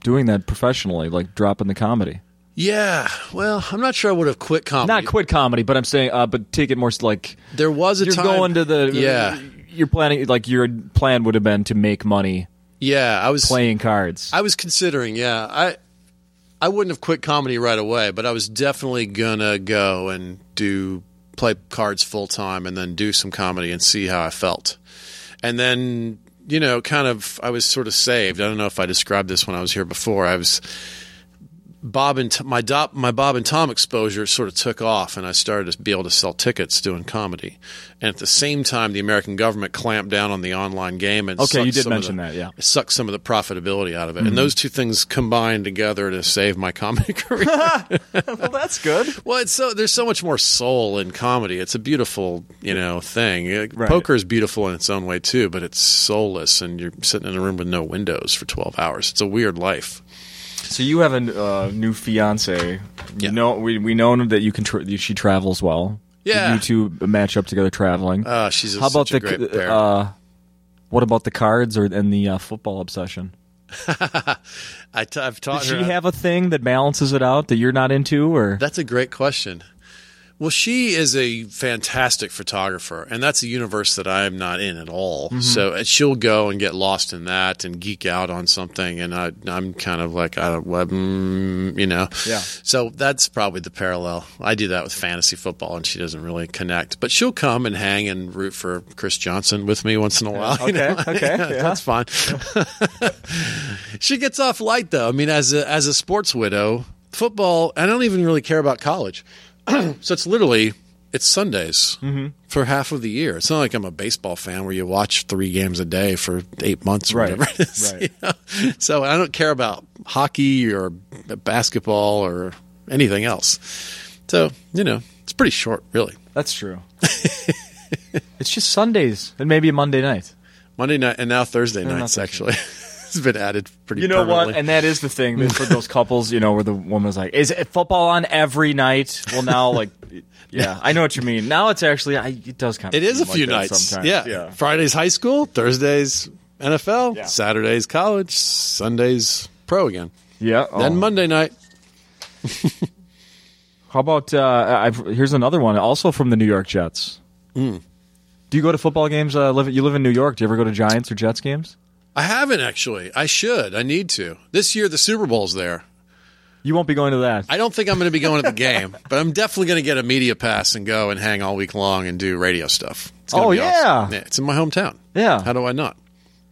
A: doing that professionally, like dropping the comedy.
B: Yeah. Well, I'm not sure I would have quit comedy.
A: Not quit comedy, but I'm saying, uh, but take it more s- like
B: there was a
A: you're
B: time
A: going to the
B: Yeah.
A: You're planning like your plan would have been to make money
B: Yeah, I was
A: playing cards.
B: I was considering, yeah. I I wouldn't have quit comedy right away, but I was definitely gonna go and do play cards full time and then do some comedy and see how I felt. And then, you know, kind of I was sort of saved. I don't know if I described this when I was here before. I was Bob and T- my Dop, my Bob and Tom exposure sort of took off, and I started to be able to sell tickets doing comedy. And at the same time, the American government clamped down on the online game and
A: Okay, you
B: sucked
A: did
B: some of
A: mention
B: the-
A: that, yeah. Mm-hmm.
B: sucked some of the profitability out of it. And those two things combined together to save my comedy career.
A: well, that's good.
B: well, it's so there's so much more soul in comedy. It's a beautiful, you know, thing. Uh,
A: Right.
B: Poker is beautiful in its own way too, but it's soulless, and you're sitting in a room with no windows for 12 hours. It's a weird life.
A: So you have a uh, new fiance. You know, we we know that you can. Tra- she travels well.
B: Yeah.
A: you two match up together traveling.
B: Uh, she's a,
A: How about
B: such a
A: the
B: great pair.
A: uh, what about the cards or and the uh, football obsession?
B: I t- I've taught
A: Does
B: her.
A: she have a thing that balances it out that you're not into, or
B: That's a great question. Well, she is a fantastic photographer, and that's a universe that I'm not in at all. So uh, she'll go and get lost in that and geek out on something, and I, I'm kind of like, I don't, well, mm, you know.
A: Yeah.
B: So that's probably the parallel. I do that with fantasy football, and she doesn't really connect. But she'll come and hang and root for Chris Johnson with me once in a while. you know?
A: okay, yeah.
B: that's fine. she gets off light though. I mean, as a as a sports widow, football. I don't even really care about college, so it's literally it's Sundays
A: Mm-hmm.
B: for half of the year. It's not like I'm a baseball fan where you watch three games a day for eight months, or
A: Right,
B: whatever. It is,
A: right.
B: you know? So I don't care about hockey or basketball or anything else. So you know, it's pretty short, really.
A: that's true. it's just Sundays and maybe a Monday night.
B: Monday night and now Thursday nights.
A: Thursday.
B: Actually, it's been added pretty.
A: You know what?
B: permanently.
A: And that is the thing that for those couples, you know, where the woman's like, "Is it football on every night?" Well, now, like, yeah, I know what you mean. Now it's actually, I, it does kind of.
B: It is a
A: seem like
B: few
A: that
B: nights.
A: sometimes.
B: Yeah.
A: yeah.
B: Fridays high school, Thursdays NFL,
A: Yeah.
B: Saturdays college, Sundays pro again.
A: Yeah.
B: Then
A: oh.
B: Monday night.
A: How about uh, I've, here's another one, also from the New York Jets.
B: Hmm.
A: Do you go to football games? Uh, live, you live in New York. Do you ever go to Giants or Jets games?
B: I haven't actually. I should. I need to. This year the Super Bowl's there.
A: You won't be going to that.
B: I don't think I'm going to be going to the game, but I'm definitely going to get a media pass and go and hang all week long and do radio stuff. It's gonna
A: Oh,
B: be awesome.
A: yeah.
B: yeah. It's in my hometown.
A: Yeah.
B: How do I not?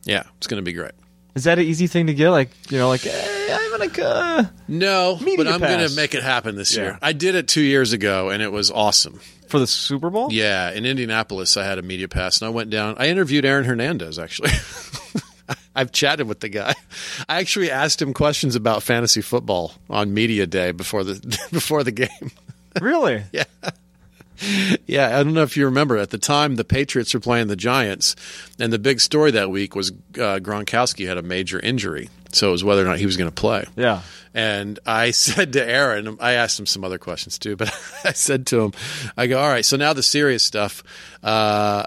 B: Yeah, it's going to be great.
A: Is that an easy thing to get? Like you know, like hey, I'm gonna. Go.
B: No,
A: Media
B: but I'm going
A: pass.
B: to make it happen this
A: Yeah.
B: year. I did it 2 years ago and it was awesome.
A: for the Super Bowl.
B: Yeah, in Indianapolis, I had a media pass, and I went down. I interviewed Aaron Hernandez actually. I've chatted with the guy. I actually asked him questions about fantasy football on media day before the before the game.
A: Really?
B: Yeah, I don't know if you remember at the time the Patriots were playing the Giants, and the big story that week was uh, Gronkowski had a major injury, so it was whether or not he was going to play.
A: Yeah.
B: And I said to Aaron, I asked him some other questions too, but I said to him, I go, all right, so now the serious stuff. Uh,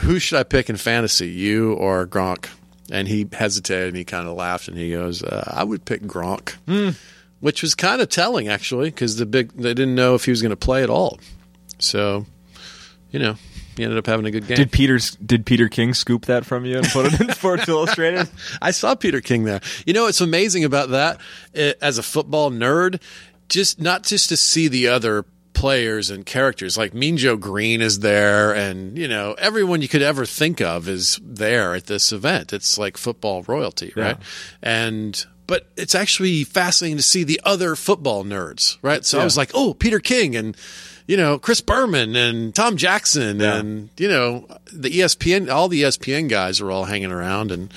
B: who should I pick in fantasy, you or Gronk? And he hesitated and he kind of laughed and he goes, uh, I would pick Gronk, which was kind of telling actually, because the big they didn't know if he was going to play at all. So, you know, he ended up having a good game.
A: Did Peter's did Peter King scoop that from you and put it in Sports Illustrated?
B: I saw Peter King there. You know what's amazing about that eh, as a football nerd, just not just to see the other players and characters like Mean Joe Green is there and you know everyone you could ever think of is there at this event. It's like football royalty, right? And but it's actually fascinating to see the other football nerds, right? So I was like, "Oh, Peter King and you know, Chris Berman and Tom Jackson and you E know, the ESPN all the ESPN guys are all hanging around and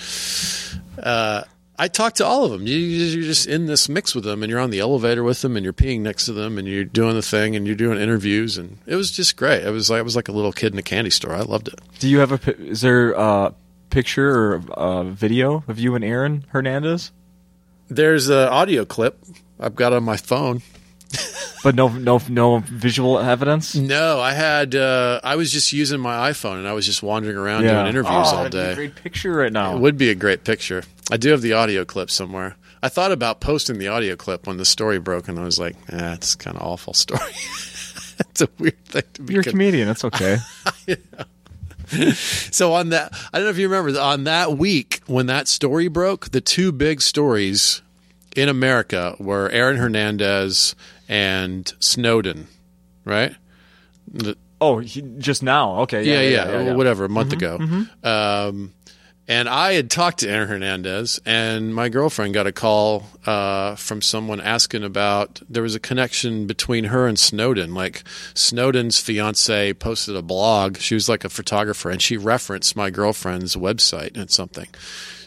B: Uh, I talked to all of them. You, you're just in this mix with them, and you're on the elevator with them, and you're peeing next to them, and you're doing the thing, and you're doing interviews, and it was just great. It was like I was like a little kid in a candy store. I loved it.
A: Do you have a? pi- Is there a picture or a video of you and Aaron Hernandez?
B: There's an audio clip I've got on my phone.
A: But no, no, no visual evidence.
B: No, I had uh, I was just using my iPhone, and I was just wandering around doing interviews
A: Oh,
B: all
A: that'd be a
B: day.
A: great picture right
B: It
A: now.
B: would be a great picture. I do have the audio clip somewhere. I thought about posting the audio clip when the story broke, and I was like, eh, it's kind of awful story. it's a weird thing to be.
A: You're a
B: con-
A: comedian. That's okay.
B: so on that, I don't know if you remember on that week when that story broke, the two big stories in America were Aaron Hernandez and Snowden, right?
A: oh, he, just now. Okay.
B: yeah,
A: Yeah,
B: yeah,
A: yeah. Mm-hmm, yeah.
B: whatever, a month ago. Um, and I had talked to Aaron Hernandez, and my girlfriend got a call uh, from someone asking about there was a connection between her and Snowden. Like Snowden's fiance posted a blog. She was like a photographer, and she referenced my girlfriend's website and something.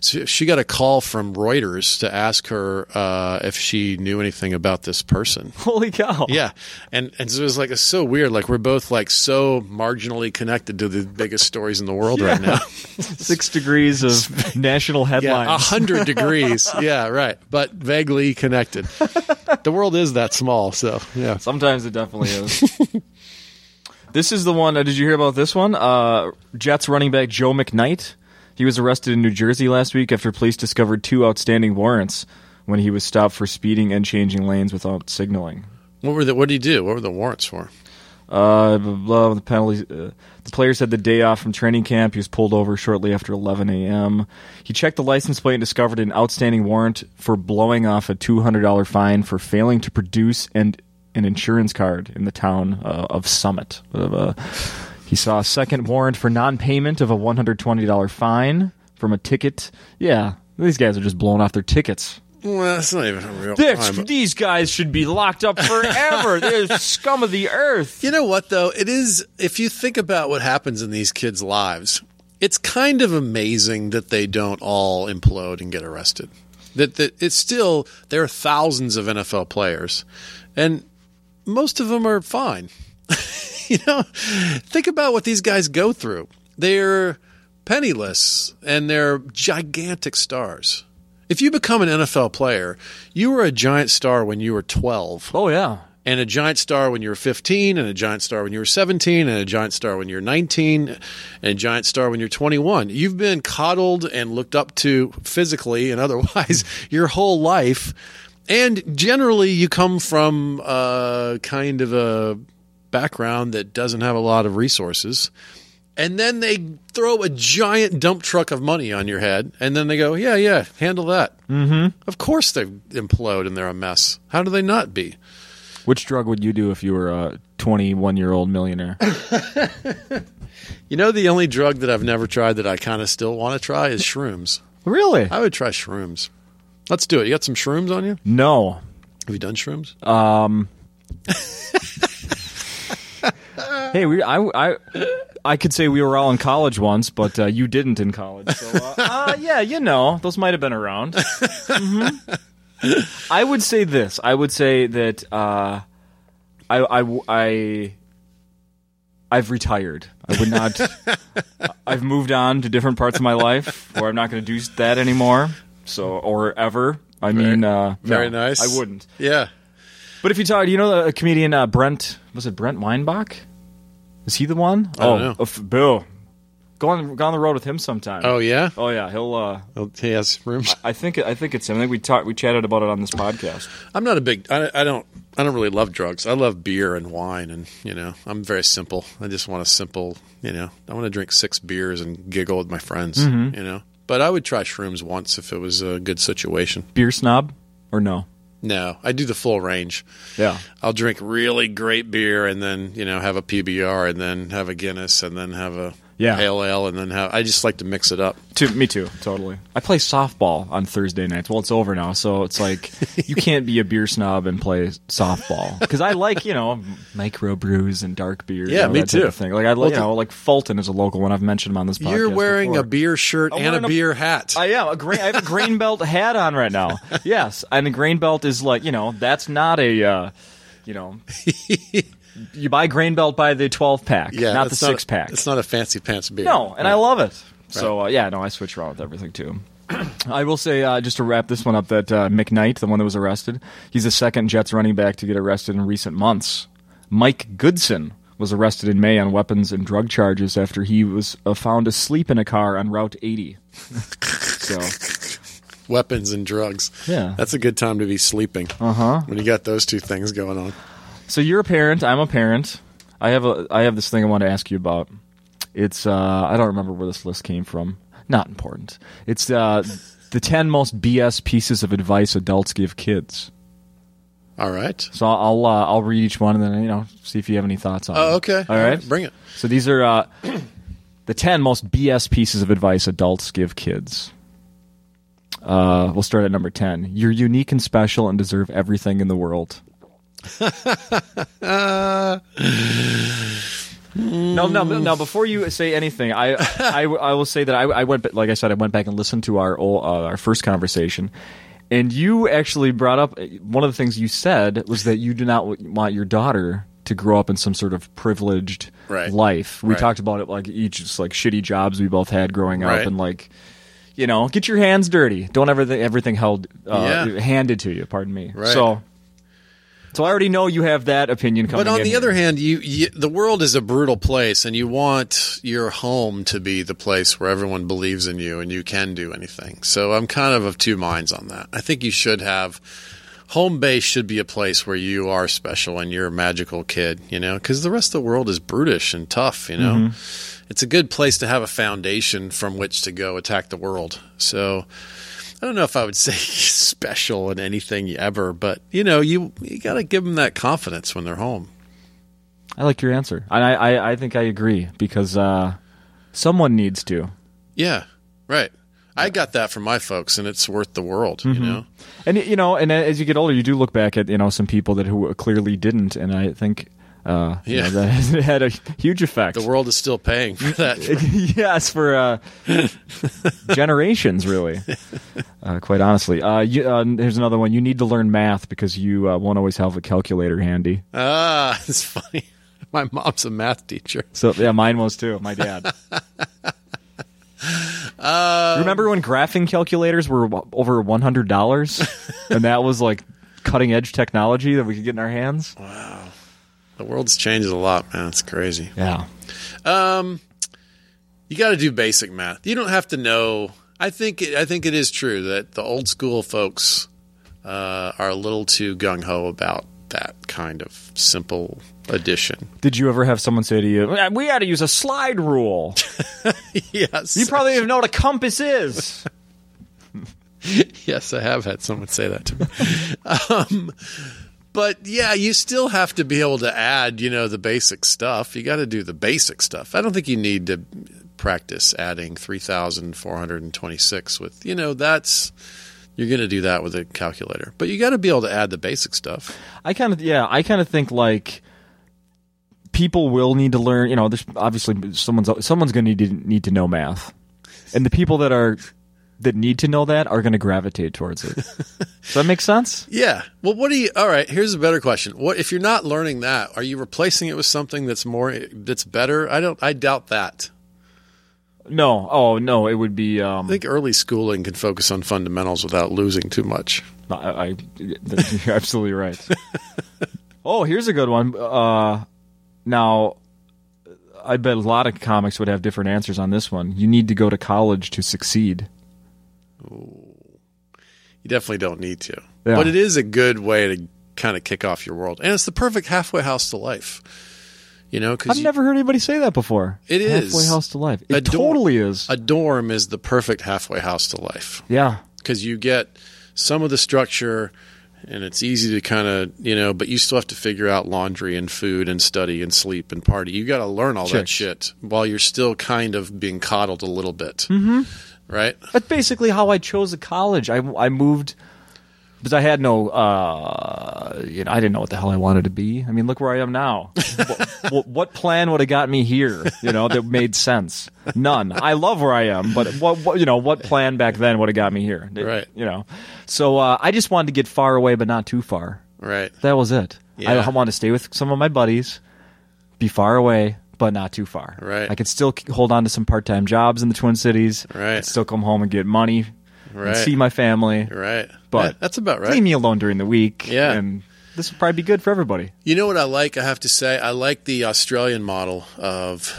B: So she got a call from Reuters to ask her uh, if she knew anything about this person.
A: Holy cow.
B: Yeah, and and so it was like it's so weird. Like we're both like so marginally connected to the biggest stories in the world right now.
A: Six degrees of national
B: Yeah, a
A: headlines.
B: hundred degrees. Yeah, right. But vaguely connected. the world is that small. So yeah,
A: Sometimes it definitely is. this is the one. Uh, did you hear about this one? Uh, Jets running back Joe McKnight. He was arrested in New Jersey last week after police discovered two outstanding warrants when he was stopped for speeding and changing lanes without signaling.
B: what were the what did he do? What were the warrants for?
A: Uh, blah, blah, blah, the penalties. Uh, the players had the day off from training camp. He was pulled over shortly after 11 a.m. He checked the license plate and discovered an outstanding warrant for blowing off a $200 fine for failing to produce and an insurance card in the town uh, of Summit. Uh, he saw a second warrant for non-payment of a $120 fine from a ticket. Yeah, these guys are just blowing off their tickets.
B: Well, that's not even a real
A: This,
B: crime.
A: these guys should be locked up forever. They're scum of the earth.
B: You know what though? It is if you think about what happens in these kids' lives, it's kind of amazing that they don't all implode and get arrested. That, that it's still there are thousands of NFL players, and most of them are fine. you know, think about what these guys go through. They're penniless and they're gigantic stars. If you become an NFL player, you were a giant star when you were 12
A: Oh yeah.
B: and a giant star when you were 15 and a giant star when you were 17 and a giant star when you were 19 and a giant star when you're 21 you've been coddled and looked up to physically and otherwise your whole life and generally you come from a kind of a background that doesn't have a lot of resources and then they throw a giant dump truck of money on your head and then they go yeah yeah handle that mm-hmm. of course they implode and they're a mess how do they not be
A: Which drug would you do if you were a 21 year old millionaire?
B: You know, the only drug that I've never tried that I kind of still want to try is shrooms.
A: really?
B: I would try shrooms. Let's do it. You got some shrooms on you?
A: No.
B: Have you done shrooms?
A: Hey, we, I, I, I could say we were all in college once, but uh, you didn't in college. So, uh, uh, yeah, you know, those might have been around. Mhm. I would say this. I would say that uh, I, I, I, I've retired. I would not. I've moved on to different parts of my life where I'm not going to do that anymore. So, or ever. I mean, uh,
B: Very
A: no,
B: nice.
A: I wouldn't.
B: yeah.
A: But if you talk, you know the comedian uh, Brent was it Brent Weinbach? Is he the one?
B: don't
A: oh,
B: know.
A: if- Bill, go on go on the road with him sometime.
B: Oh, yeah?
A: Oh, yeah, he'll. Uh,
B: Well, He has shrooms.
A: I think I think it's him. I think we talked we chatted about it on this podcast.
B: I'm not a big, I, I don't, I don't really love drugs. I love beer and wine and, you know, I'm very simple. I just want a simple, you know, I want to drink six beers and giggle with my friends, you know. But I would try shrooms once if it was a good situation.
A: Beer snob or no?
B: No, I do the full range.
A: Yeah,
B: I'll drink really great beer and then, you know, have a PBR and then have a Guinness and then have a
A: Yeah.
B: pale ale, and then have. I just like to mix it up.
A: To, me too, totally. I play softball on Thursday nights. Well, it's over now, so it's like you can't be a beer snob and play softball because I like you know micro brews and dark beers.
B: Yeah,
A: you know,
B: me
A: that type
B: too.
A: of thing. Like I like you
B: Well,
A: know like Fulton is a local one. I've mentioned him on this. podcast
B: You're wearing
A: before.
B: a beer shirt
A: I'm
B: and
A: wearing
B: a
A: a-
B: beer hat.
A: I am a grain. I have a grain belt hat on right now. Yes, and a grain belt is like you know that's not a, uh, you know, you buy grain belt by the twelve pack, not the
B: it's
A: six pack.
B: It's not a fancy pants beer.
A: No, and I love it. So uh, yeah, no, I switch around with everything too. I will say uh, just to wrap this one up that uh, McKnight, the one that was arrested, he's the second Jets running back to get arrested in recent months. Mike Goodson was arrested in May on weapons and drug charges after he was uh, found asleep in a car on Route 80. so
B: weapons and drugs.
A: Yeah.
B: that's a good time to be sleeping. Uh huh. When you got those two things going on.
A: So you're a parent. I'm a parent. I have a I have this thing I want to ask you about. It's uh, I don't remember where this list came from. Not important. It's uh, the ten most BS pieces of advice adults give kids.
B: All right.
A: So I'll uh, I'll read each one and then you know see if you have any thoughts on.
B: Oh,
A: it.
B: okay.
A: All right.
B: Bring it.
A: So these are uh, the 10 most BS pieces of advice adults give kids. Uh, we'll start at number 10. You're unique and special and deserve everything in the world. no, no, no. Before you say anything, I, I, I will say that I, I went, like I said, I went back and listened to our ol- uh, our first conversation, and you actually brought up uh, one of the things you said was that you do not w- want your daughter to grow up in some sort of privileged
B: Right.
A: life. We
B: Right.
A: talked about it like each just like shitty jobs we both had growing
B: Right.
A: up, and like you know, get your hands dirty. Don't ever th- everything held uh,
B: Yeah.
A: handed to you. Pardon me.
B: Right.
A: So, so I already know you have that opinion coming.
B: But on
A: in
B: the
A: here.
B: other hand, you, you the world is a brutal place, and you want your home to be the place where everyone believes in you and you can do anything. So I'm kind of of two minds on that. I think you should have home base should be a place where you are special and you're a magical kid, you know, because the rest of the world is brutish and tough, you know.
A: Mm-hmm.
B: It's a good place to have a foundation from which to go attack the world. So I don't know if I would say special in anything ever, but you know, you you got to give them that confidence when they're home.
A: I like your answer, and I, I, I think I agree because uh, someone needs to.
B: Yeah, right. I got that from my folks, and it's worth the world. You know,
A: And you know, and uh, as you get older, you do look back at you know some people that who clearly didn't, and I think uh, you
B: Yeah.
A: know, that has had a huge effect.
B: the world is still paying for that.
A: yes, for uh, generations, really. Uh, quite honestly, uh, you, uh, here's another one. You need to learn math because you uh, won't always have a calculator handy.
B: ah, it's funny. My mom's a math teacher.
A: So yeah, mine was too. My dad. Remember when graphing calculators were wa- over one hundred dollars, and that was like cutting edge technology that we could get in our hands.
B: The world's changed a lot, man. It's crazy.
A: Yeah,
B: You got to do basic math. You don't have to know. I think it, I think it is true that the old school folks uh, are a little too gung ho about that kind of simple addition.
A: Did you ever have someone say to you, "Eh, "We got to use a slide rule"?
B: Yes,
A: You probably don't even know what a compass is.
B: Yes, I have had someone say that to me. um, but yeah, you still have to be able to add, you know, the basic stuff. You got to do the basic stuff. I don't think you need to practice adding 3,426 with, you know, that's, you're going to do that with a calculator. But you got to be able to add the basic stuff.
A: I kind of yeah, I kind of think like people will need to learn. You know, there's obviously someone's someone's going to need to need to know math, and the people that are that need to know that are going to gravitate towards it. Does that make sense?
B: Yeah. Well, what do you, all right, here's a better question. What, if you're not learning that, are you replacing it with something that's more, that's better? I don't, I doubt that.
A: No. Oh no, it would be.
B: I
A: Um,
B: think early schooling can focus on fundamentals without losing too much.
A: I, I, you're absolutely right. oh, here's a good one. Uh, now, I bet a lot of comics would have different answers on this one. You need to go to college to succeed.
B: You definitely don't need to.
A: Yeah.
B: But it is a good way to kind of kick off your world. And it's the perfect halfway house to life. You know,
A: I've
B: because
A: never heard anybody say that before.
B: It is.
A: halfway house to life. It
B: A dorm-
A: totally is.
B: a dorm is the perfect halfway house to life
A: yeah,
B: because you get some of the structure and it's easy to kind of you know but you still have to figure out laundry and food and study and sleep and party you got to learn all
A: Sure.
B: that shit while you're still kind of being coddled a little bit
A: Mm-hmm.
B: right
A: That's basically how I chose a college. I, I moved because I had no, uh, you know, I didn't know what the hell I wanted to be. I mean, look where I am now. what, what plan would have got me here? You know, that made sense. None. I love where I am, but what, what you know, what plan back then would have got me here? It-
B: Right.
A: You know, so uh, I just wanted to get far away, but not too far.
B: right
A: That was it.
B: Yeah.
A: I wanted to stay with some of my buddies, be far away, but not too far.
B: Right.
A: I could still k- hold on to some part-time jobs in the Twin Cities.
B: Right.
A: I could still come home and get money. and
B: Right.
A: see my family.
B: right
A: But-
B: Yeah, that's about right
A: Leave me alone during the week.
B: Yeah.
A: And this would probably be good for everybody.
B: You know what I like? I have to say, I like the Australian model of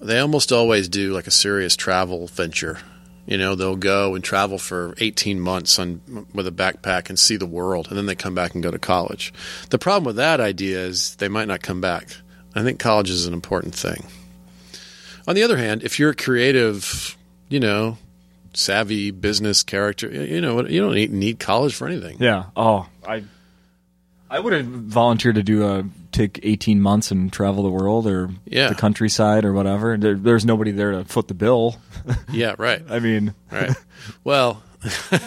B: they almost always do like a serious travel venture. You know, they'll go and travel for 18 months on with a backpack and see the world, and then they come back and go to college. The problem with that idea is they might not come back. I think college is an important thing. On the other hand, if you're a creative, you know, savvy business character, you know, you don't need- need college for anything.
A: Yeah. Oh, I I would have volunteered to do a take 18 months and travel the world or
B: Yeah.
A: the countryside or whatever. There, there's nobody there to foot the bill.
B: Yeah, right,
A: I mean,
B: right. well,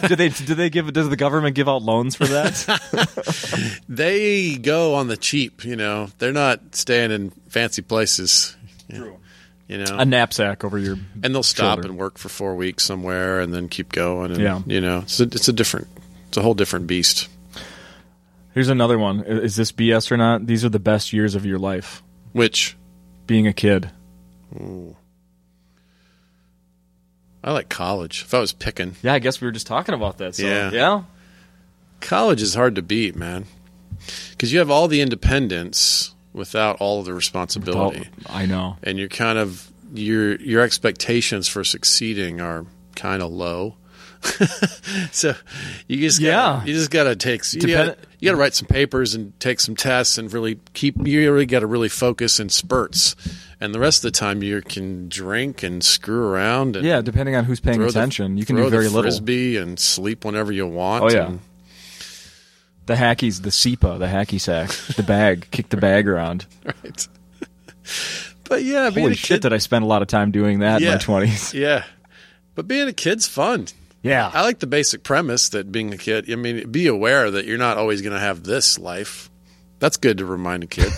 A: do they do they give does the government give out loans for that?
B: they go on the cheap, you know. They're not staying in fancy places,
A: True.
B: you know.
A: a knapsack over your
B: and they'll stop
A: shoulder.
B: and work for four weeks somewhere, and then keep going. And,
A: Yeah.
B: you know, it's a, it's a different, it's a whole different beast.
A: Here's another one. I- Is this BS or not? These are the best years of your life.
B: Which
A: Being a kid.
B: I like college. If I was picking,
A: Yeah, I guess we were just talking about that. So,
B: Yeah.
A: yeah.
B: college is hard to beat, man, because you have all the independence without all of the
A: Well,
B: responsibility,
A: I know.
B: and you're kind of your your expectations for succeeding are kind of low. so you just gotta,
A: Yeah.
B: you just gotta take you
A: Depend-
B: gotta, you gotta write some papers and take some tests and really keep you really gotta really focus in spurts and the rest of the time you can drink and screw around and
A: Yeah, depending on who's paying
B: throw the-
A: attention, you can
B: throw
A: do very
B: the
A: little.
B: frisbee and sleep whenever you want
A: Oh, yeah.
B: and-
A: The hackies, the SEPA, the hacky sack, the bag, kick the bag around.
B: right but yeah being
A: Holy
B: a
A: shit,
B: kid,
A: did I spend a lot of time doing that in
B: Yeah.
A: my 20s.
B: yeah but being a kid's fun
A: Yeah.
B: I like the basic premise that being a kid, I mean, be aware that you're not always going to have this life. That's good to remind a kid.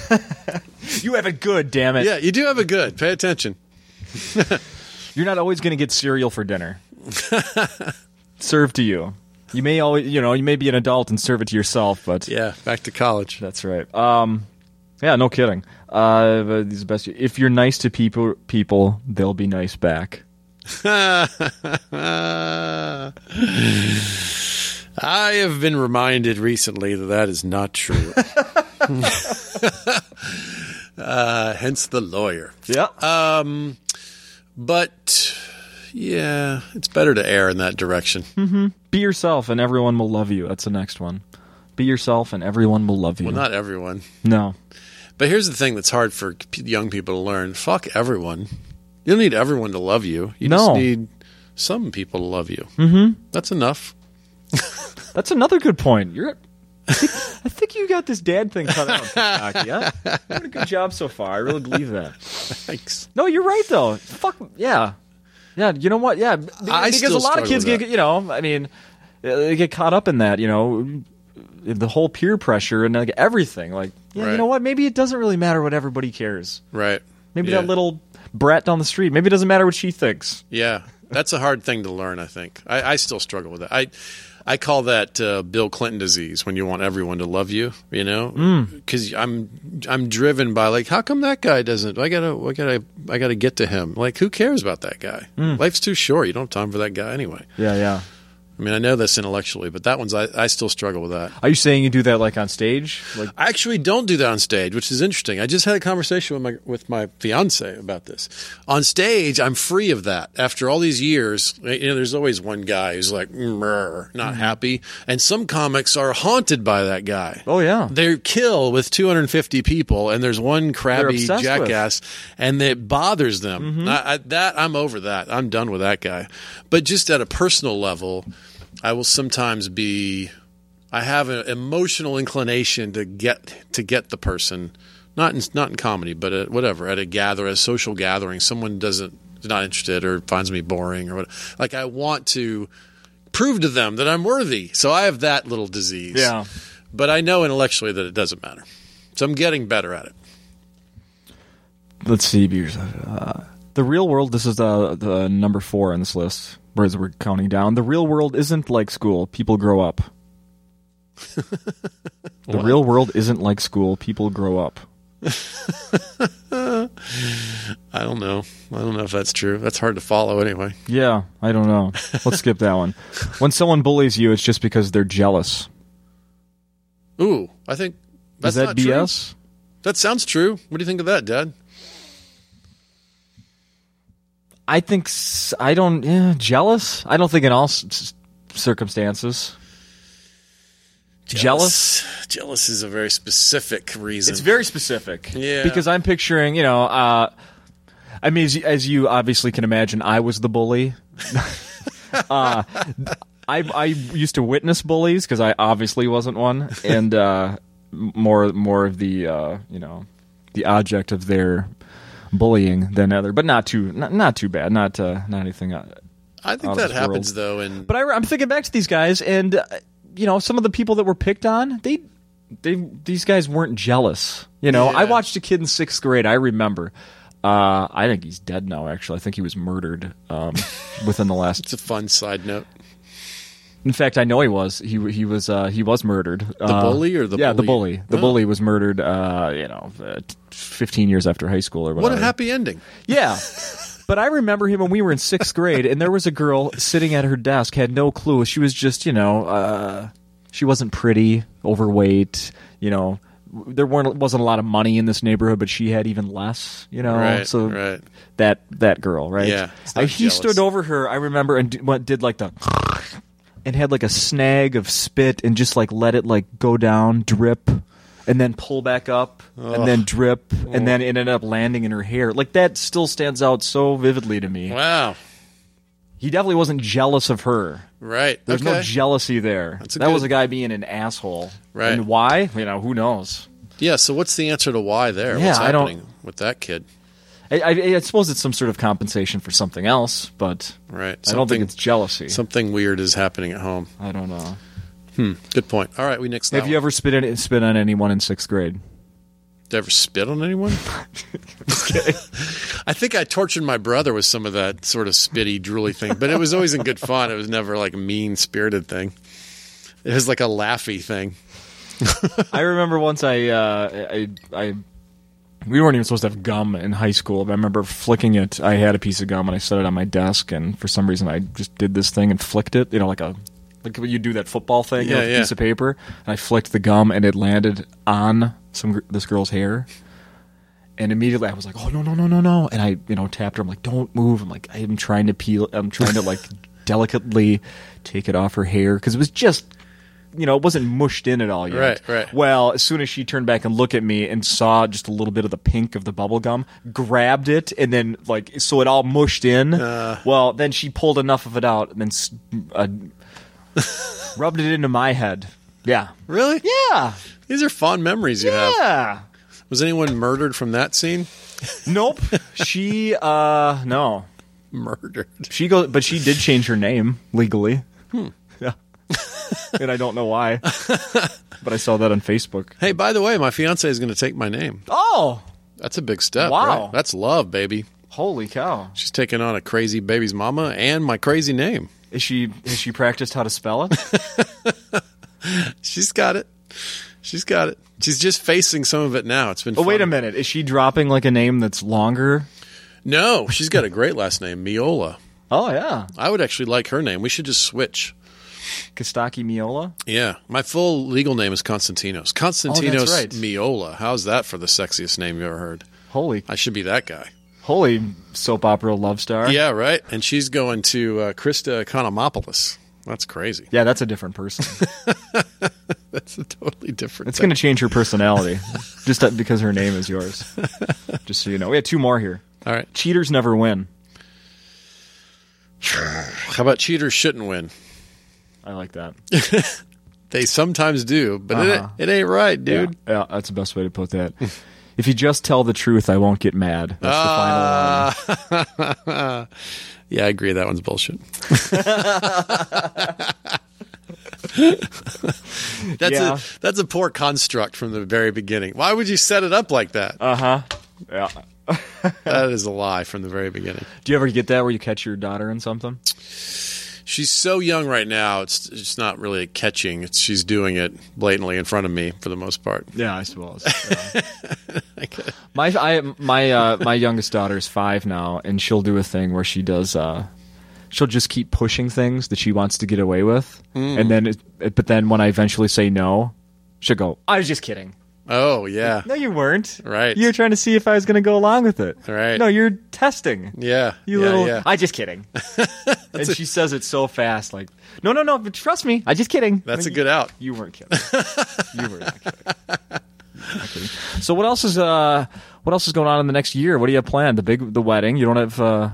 A: You have it good, damn it.
B: yeah, you do have a good. Pay attention.
A: You're not always going to get cereal for dinner. Served to you. You may always, you know, you may be an adult and serve it to yourself, but
B: Yeah, back to college.
A: That's right. Um, yeah, no kidding. Uh, but these are best. If you're nice to people, people they'll be nice back.
B: I have been reminded recently that that is not true. uh, hence the lawyer.
A: Yeah.
B: But yeah, it's better to err in that direction.
A: be yourself, and everyone will love you. That's the next one. Be yourself, and everyone will love you.
B: Well, not everyone.
A: no.
B: But here's the thing that's hard for p- young people to learn: fuck everyone. You don't need everyone to love you. You
A: No.
B: just need some people to love you. Mm-hmm. That's enough.
A: That's another good point. You're. I think- I think you got this dad thing cut out. Kostaki, Yeah, doing a good job so far. I really believe that.
B: Thanks.
A: No, you're right though. Fuck yeah, yeah. You know what? Yeah, b-
B: I
A: because
B: still
A: a lot of
B: struggle
A: kids
B: with
A: get you know. I mean, uh, they get caught up in that. You know, the whole peer pressure and like everything. Like, yeah, you
B: Right.
A: know what? Maybe it doesn't really matter what everybody cares.
B: Right.
A: Maybe
B: Yeah.
A: that little brat down the street. Maybe it doesn't matter what she thinks.
B: Yeah, that's a hard thing to learn. I think I, I still struggle with it. I I call that uh, Bill Clinton disease when you want everyone to love you. You know,
A: Mm.
B: because I'm I'm driven by like, how come that guy doesn't? I gotta I gotta I gotta get to him. Like, who cares about that guy?
A: Mm.
B: Life's too short. You don't have time for that guy anyway.
A: Yeah, yeah.
B: I mean, I know this intellectually, but that one's I, I still struggle with that.
A: Are you saying you do that like on stage? Like,
B: I actually don't do that on stage, which is interesting. I just had a conversation with my with my fiance about this. On stage, I'm free of that. After all these years, you know, there's always one guy who's like "Mrr," not happy, and some comics are haunted by that guy.
A: oh yeah,
B: They kill with 250 people, and there's one crabby
A: obsessed with. Mm-hmm.
B: jackass, and it bothers them. I, I, that I'm over that. I'm done with that guy. But just at a personal level, I will sometimes be I have an emotional inclination to get to get the person, not in, not in comedy, but at, whatever at a gather, at a social gathering, someone doesn't is not interested or finds me boring or what. Like I want to prove to them that I'm worthy. So I have that little disease.
A: Yeah.
B: But I know intellectually that it doesn't matter. So I'm getting better at it.
A: Let's see. Beers. Uh, the real world. This is the the number four on this list. Whereas we're counting down, the real world isn't like school. People grow up. the real world isn't like school. People grow up.
B: I don't know. I don't know if that's true. That's hard to follow anyway.
A: Yeah, I don't know. Let's skip that one. When someone bullies you, it's just because they're jealous.
B: Ooh, I think
A: is
B: that's
A: that
B: not True.
A: BS?
B: That sounds true. What do you think of that, Dad?
A: I think s- I don't yeah, jealous. I don't think in all s- s- circumstances. Jealous?
B: Jealous, Jealous is a very specific reason.
A: It's very specific.
B: Yeah.
A: Because I'm picturing, you know, uh, I mean, as, as you obviously can imagine, I was the bully. uh, I, I used to witness bullies because I obviously wasn't one, and uh, m- more more of the uh, you know the object of their bullying than other, but not too not, not too bad, not uh, not anything uh,
B: I think
A: of
B: that
A: this
B: happens though, and
A: But I, am thinking back to these guys, and uh, you know, some of the people that were picked on, they, they, these guys weren't jealous. You know, I
B: Yeah.
A: watched a kid in sixth grade. I remember. Uh, I think he's dead now. Actually, I think he was murdered um, within the last.
B: it's a fun side note.
A: In fact, I know he was. He he was uh, he was murdered. The
B: bully or the
A: yeah the
B: bully?
A: bully. The
B: Oh.
A: bully was murdered. Uh, you know, uh, t- fifteen years after high school or
B: What
A: whatever.
B: a happy ending!
A: Yeah. But I remember him when we were in sixth grade, and there was a girl sitting at her desk, had no clue. She was just, you know, uh, she wasn't pretty, overweight, you know. There weren't wasn't a lot of money in this neighborhood, but she had even less, you know.
B: Right,
A: so
B: right.
A: that that girl, right?
B: Yeah, it's
A: Uh,
B: not
A: he
B: jealous.
A: stood over her. I remember and d- went, did like the and had like a snag of spit and just like let it like go down, drip, and then pull back up, and then drip, and then it ended up landing in her hair. Like that still stands out so vividly to me.
B: Wow,
A: He definitely wasn't jealous of her.
B: right?
A: There's
B: okay.
A: no jealousy there.
B: a
A: that was
B: good-
A: a guy being an asshole.
B: Right.
A: And why? You know, who knows?
B: yeah. So what's the answer to why there?
A: Yeah,
B: what's
A: I don't-
B: happening with that kid?
A: I, I, I suppose it's some sort of compensation for something else, but I
B: Right.
A: don't
B: Something-
A: think it's jealousy.
B: Something weird is happening at home.
A: I don't know.
B: Good point. All right, we next.
A: Have you ever spit in, spit on anyone in sixth grade?
B: ever spit on anyone? I think I tortured my brother with some of that sort of spitty, drooly thing, but it was always in good fun. It was never like a mean spirited thing. It was like a laughy thing.
A: I remember once I, uh, I, I, we weren't even supposed to have gum in high school, but I remember flicking it. I had a piece of gum and I set it on my desk, and for some reason I just did this thing and flicked it, you know, like a, like you do that football thing, you know,
B: Yeah,
A: with a
B: yeah.
A: piece of paper, and I flicked the gum and it landed on some gr- this girl's hair. And immediately I was like, "Oh no, no, no, no, no!" And I, you know, tapped her. I'm like, "Don't move!" I'm like, "I'm trying to peel. I'm trying to like delicately take it off her hair because it was just, you know, it wasn't mushed in at all yet."
B: Right, right.
A: Well, as soon as she turned back and looked at me and saw just a little bit of the pink of the bubble gum, grabbed it and then like so it all mushed in.
B: Uh.
A: well, then she pulled enough of it out and then s- uh, rubbed it into my head. Yeah.
B: Really?
A: Yeah.
B: These are fond memories you have.
A: Yeah.
B: Was anyone murdered from that scene?
A: Nope. She uh no.
B: Murdered.
A: She goes, but she did change her name legally. Yeah, and I don't know why, but I saw that on Facebook.
B: Hey, by the way, my fiance is going to take my name.
A: Oh,
B: That's a big step.
A: Wow.
B: right? That's love, baby.
A: holy cow!
B: She's taking on a crazy baby's mama and my crazy name.
A: Is she has she practiced how to spell it?
B: She's got it. She's got it. She's just facing some of it now. It's been.
A: Oh, wait
B: fun.
A: a minute. Is she dropping like a name that's longer?
B: No, she's got a great last name, Miola.
A: Oh yeah,
B: I would actually like her name. We should just switch.
A: Kostaki Miola.
B: Yeah, my full legal name is Constantinos. Constantinos
A: right.
B: Miola. How's that for the sexiest name you ever heard?
A: Holy,
B: I should be that guy.
A: holy soap opera love star.
B: Yeah, right. And she's going to uh, Krista Economopoulos. That's crazy.
A: Yeah, that's a different person.
B: That's a totally different.
A: It's
B: thing.
A: going to change her personality just that- because her name is yours. Just so you know, we had two more here.
B: All right.
A: Cheaters never win.
B: How about cheaters shouldn't win?
A: I like that.
B: They sometimes do, but it it, it ain't right, dude.
A: Yeah, yeah, that's the best way to put that. if you just tell the truth, I won't get mad. That's the final line.
B: Ah. Yeah, I agree. That one's bullshit. that's
A: Yeah.
B: a that's a poor construct from the very beginning. Why would you set it up like that?
A: Uh, Uh-huh. Yeah.
B: that is a lie from the very beginning.
A: Do you ever get that where you catch your daughter in something?
B: She's so young right now. It's it's not really a catching. It's, she's doing it blatantly in front of me for the most part.
A: Yeah, I suppose. my I, my uh, my youngest daughter is five now, and she'll do a thing where she does. Uh, she'll just keep pushing things that she wants to get away with,
B: Hmm.
A: and then it, it- but then when I eventually say no, she'll go. I was just kidding.
B: Oh yeah,
A: No, you weren't.
B: Right.
A: You were trying to see if I was going to go along with it.
B: Right.
A: No, you're testing.
B: yeah,
A: You
B: yeah,
A: little.
B: yeah.
A: I just kidding. and she says it so fast, like, no, no, no. But trust me, I just kidding.
B: That's a
A: Like,
B: good out.
A: you weren't kidding. you were not kidding. You were not kidding. So what else is uh what else is going on in the next year? What do you have planned? The big the wedding. You don't have uh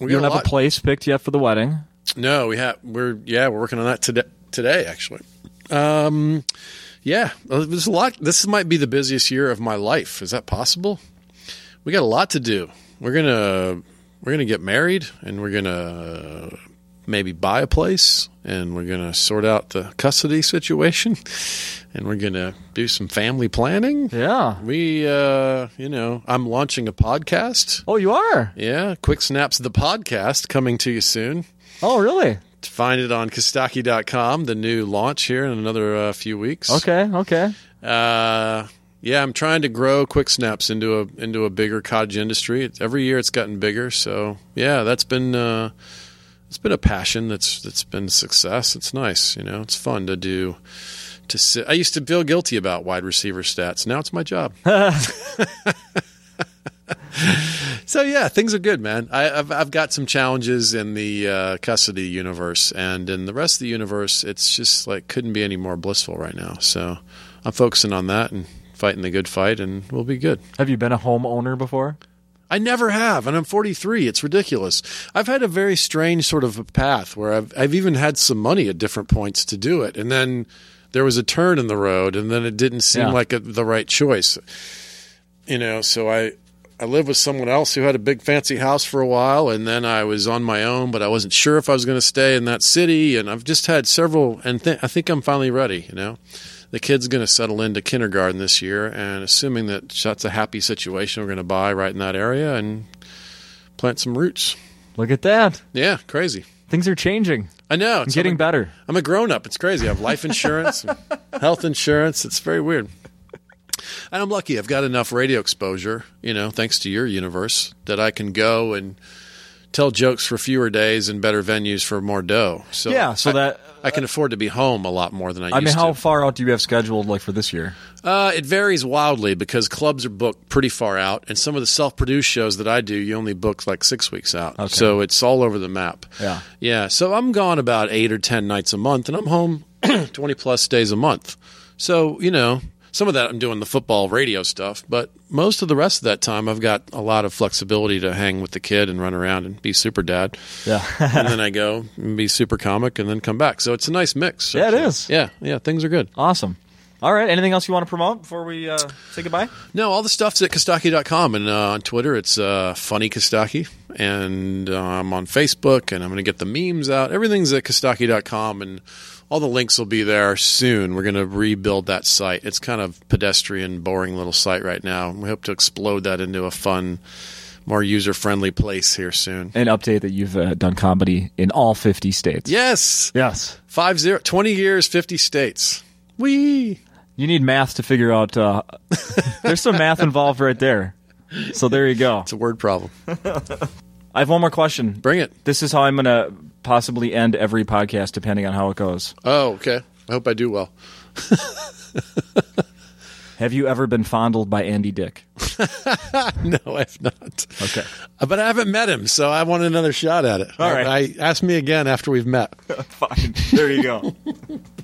B: We
A: you
B: got
A: don't have
B: lot-
A: a place picked yet for the wedding.
B: No, we have. We're yeah, we're working on that today. Today, actually. Um, yeah, well, there's a lot. This might be the busiest year of my life. Is that possible? We got a lot to do. We're gonna we're gonna get married, and we're gonna maybe buy a place, and we're gonna sort out the custody situation, and we're gonna do some family planning.
A: Yeah.
B: We, uh, you know, I'm launching a podcast.
A: Oh, you are.
B: Yeah, Quick Snaps the podcast coming to you soon
A: Oh, really?
B: find it on kostaki.com the new launch here in another uh, few weeks
A: Okay. Okay.
B: uh, yeah i'm trying to grow quick snaps into a into a bigger cottage industry it's, every year it's gotten bigger so yeah that's been uh, it's been a passion that's that's been success it's nice you know it's fun to do to sit. I used to feel guilty about wide receiver stats. Now it's my job. so yeah, things are good, man. I, I've I've got some challenges in the uh, custody universe, and in the rest of the universe, it's just like couldn't be any more blissful right now. So I'm focusing on that and fighting the good fight, and we'll be good.
A: Have you been a homeowner before?
B: I never have, and I'm 43. It's ridiculous. I've had a very strange sort of a path where I've I've even had some money at different points to do it, and then there was a turn in the road, and then it didn't seem
A: Yeah.
B: like a, the right choice. You know, so I I lived with someone else who had a big fancy house for a while, and then I was on my own, but I wasn't sure if I was going to stay in that city, and I've just had several, and th- I think I'm finally ready. You know. The kid's going to settle into kindergarten this year, and assuming that that's a happy situation, we're going to buy right in that area and plant some roots.
A: Look at that.
B: Yeah, crazy.
A: Things are changing.
B: I know. It's
A: Getting
B: I'm a,
A: better.
B: I'm a grown up. It's crazy. I have life insurance, and health insurance. It's very weird. And I'm lucky. I've got enough radio exposure, you know, thanks to your universe, that I can go and tell jokes for fewer days and better venues for more dough. So
A: Yeah. So
B: I,
A: that.
B: I can afford to be home a lot more than I,
A: I
B: used
A: mean,
B: to.
A: how far out do you have scheduled like for this year?
B: Uh, it varies wildly because clubs are booked pretty far out, and some of the self-produced shows that I do, you only book like six weeks out. So it's all over the map.
A: Yeah.
B: yeah. So I'm gone about eight or ten nights a month, and I'm home twenty plus days a month. So you know, some of that I'm doing the football radio stuff, but most of the rest of that time, I've got a lot of flexibility to hang with the kid and run around and be super dad,
A: Yeah.
B: and then I go and be super comic, and then come back. So it's a nice mix.
A: Yeah, it
B: actually.
A: is.
B: Yeah, yeah. Things are good.
A: awesome. All right. Anything else you want to promote before we uh, say goodbye?
B: No, all the stuff's at Kostaki.com and uh, on Twitter it's uh, Funny Kostaki and uh, I'm on Facebook and I'm going to get the memes out. Everything's at Kostaki.com and all the links will be there soon. We're going to rebuild that site. It's kind of pedestrian, boring little site right now. We hope to explode that into a fun, more user-friendly place here soon.
A: An update that you've uh, done comedy in all 50 states.
B: Yes,
A: Yes.
B: five zero, 20 years, 50 states. Wee.
A: You need math to figure out. Uh, there's some math involved right there. So there you go.
B: It's a word problem.
A: I have one more question.
B: Bring it.
A: This is how I'm going to possibly end every podcast, depending on how it goes.
B: Oh, okay. I hope I do well.
A: Have you ever been fondled by Andy Dick?
B: No, I've not.
A: Okay.
B: Uh, But I haven't met him, so I want another shot at it.
A: All right.
B: I, I ask me again after we've met.
A: Fine. There you go.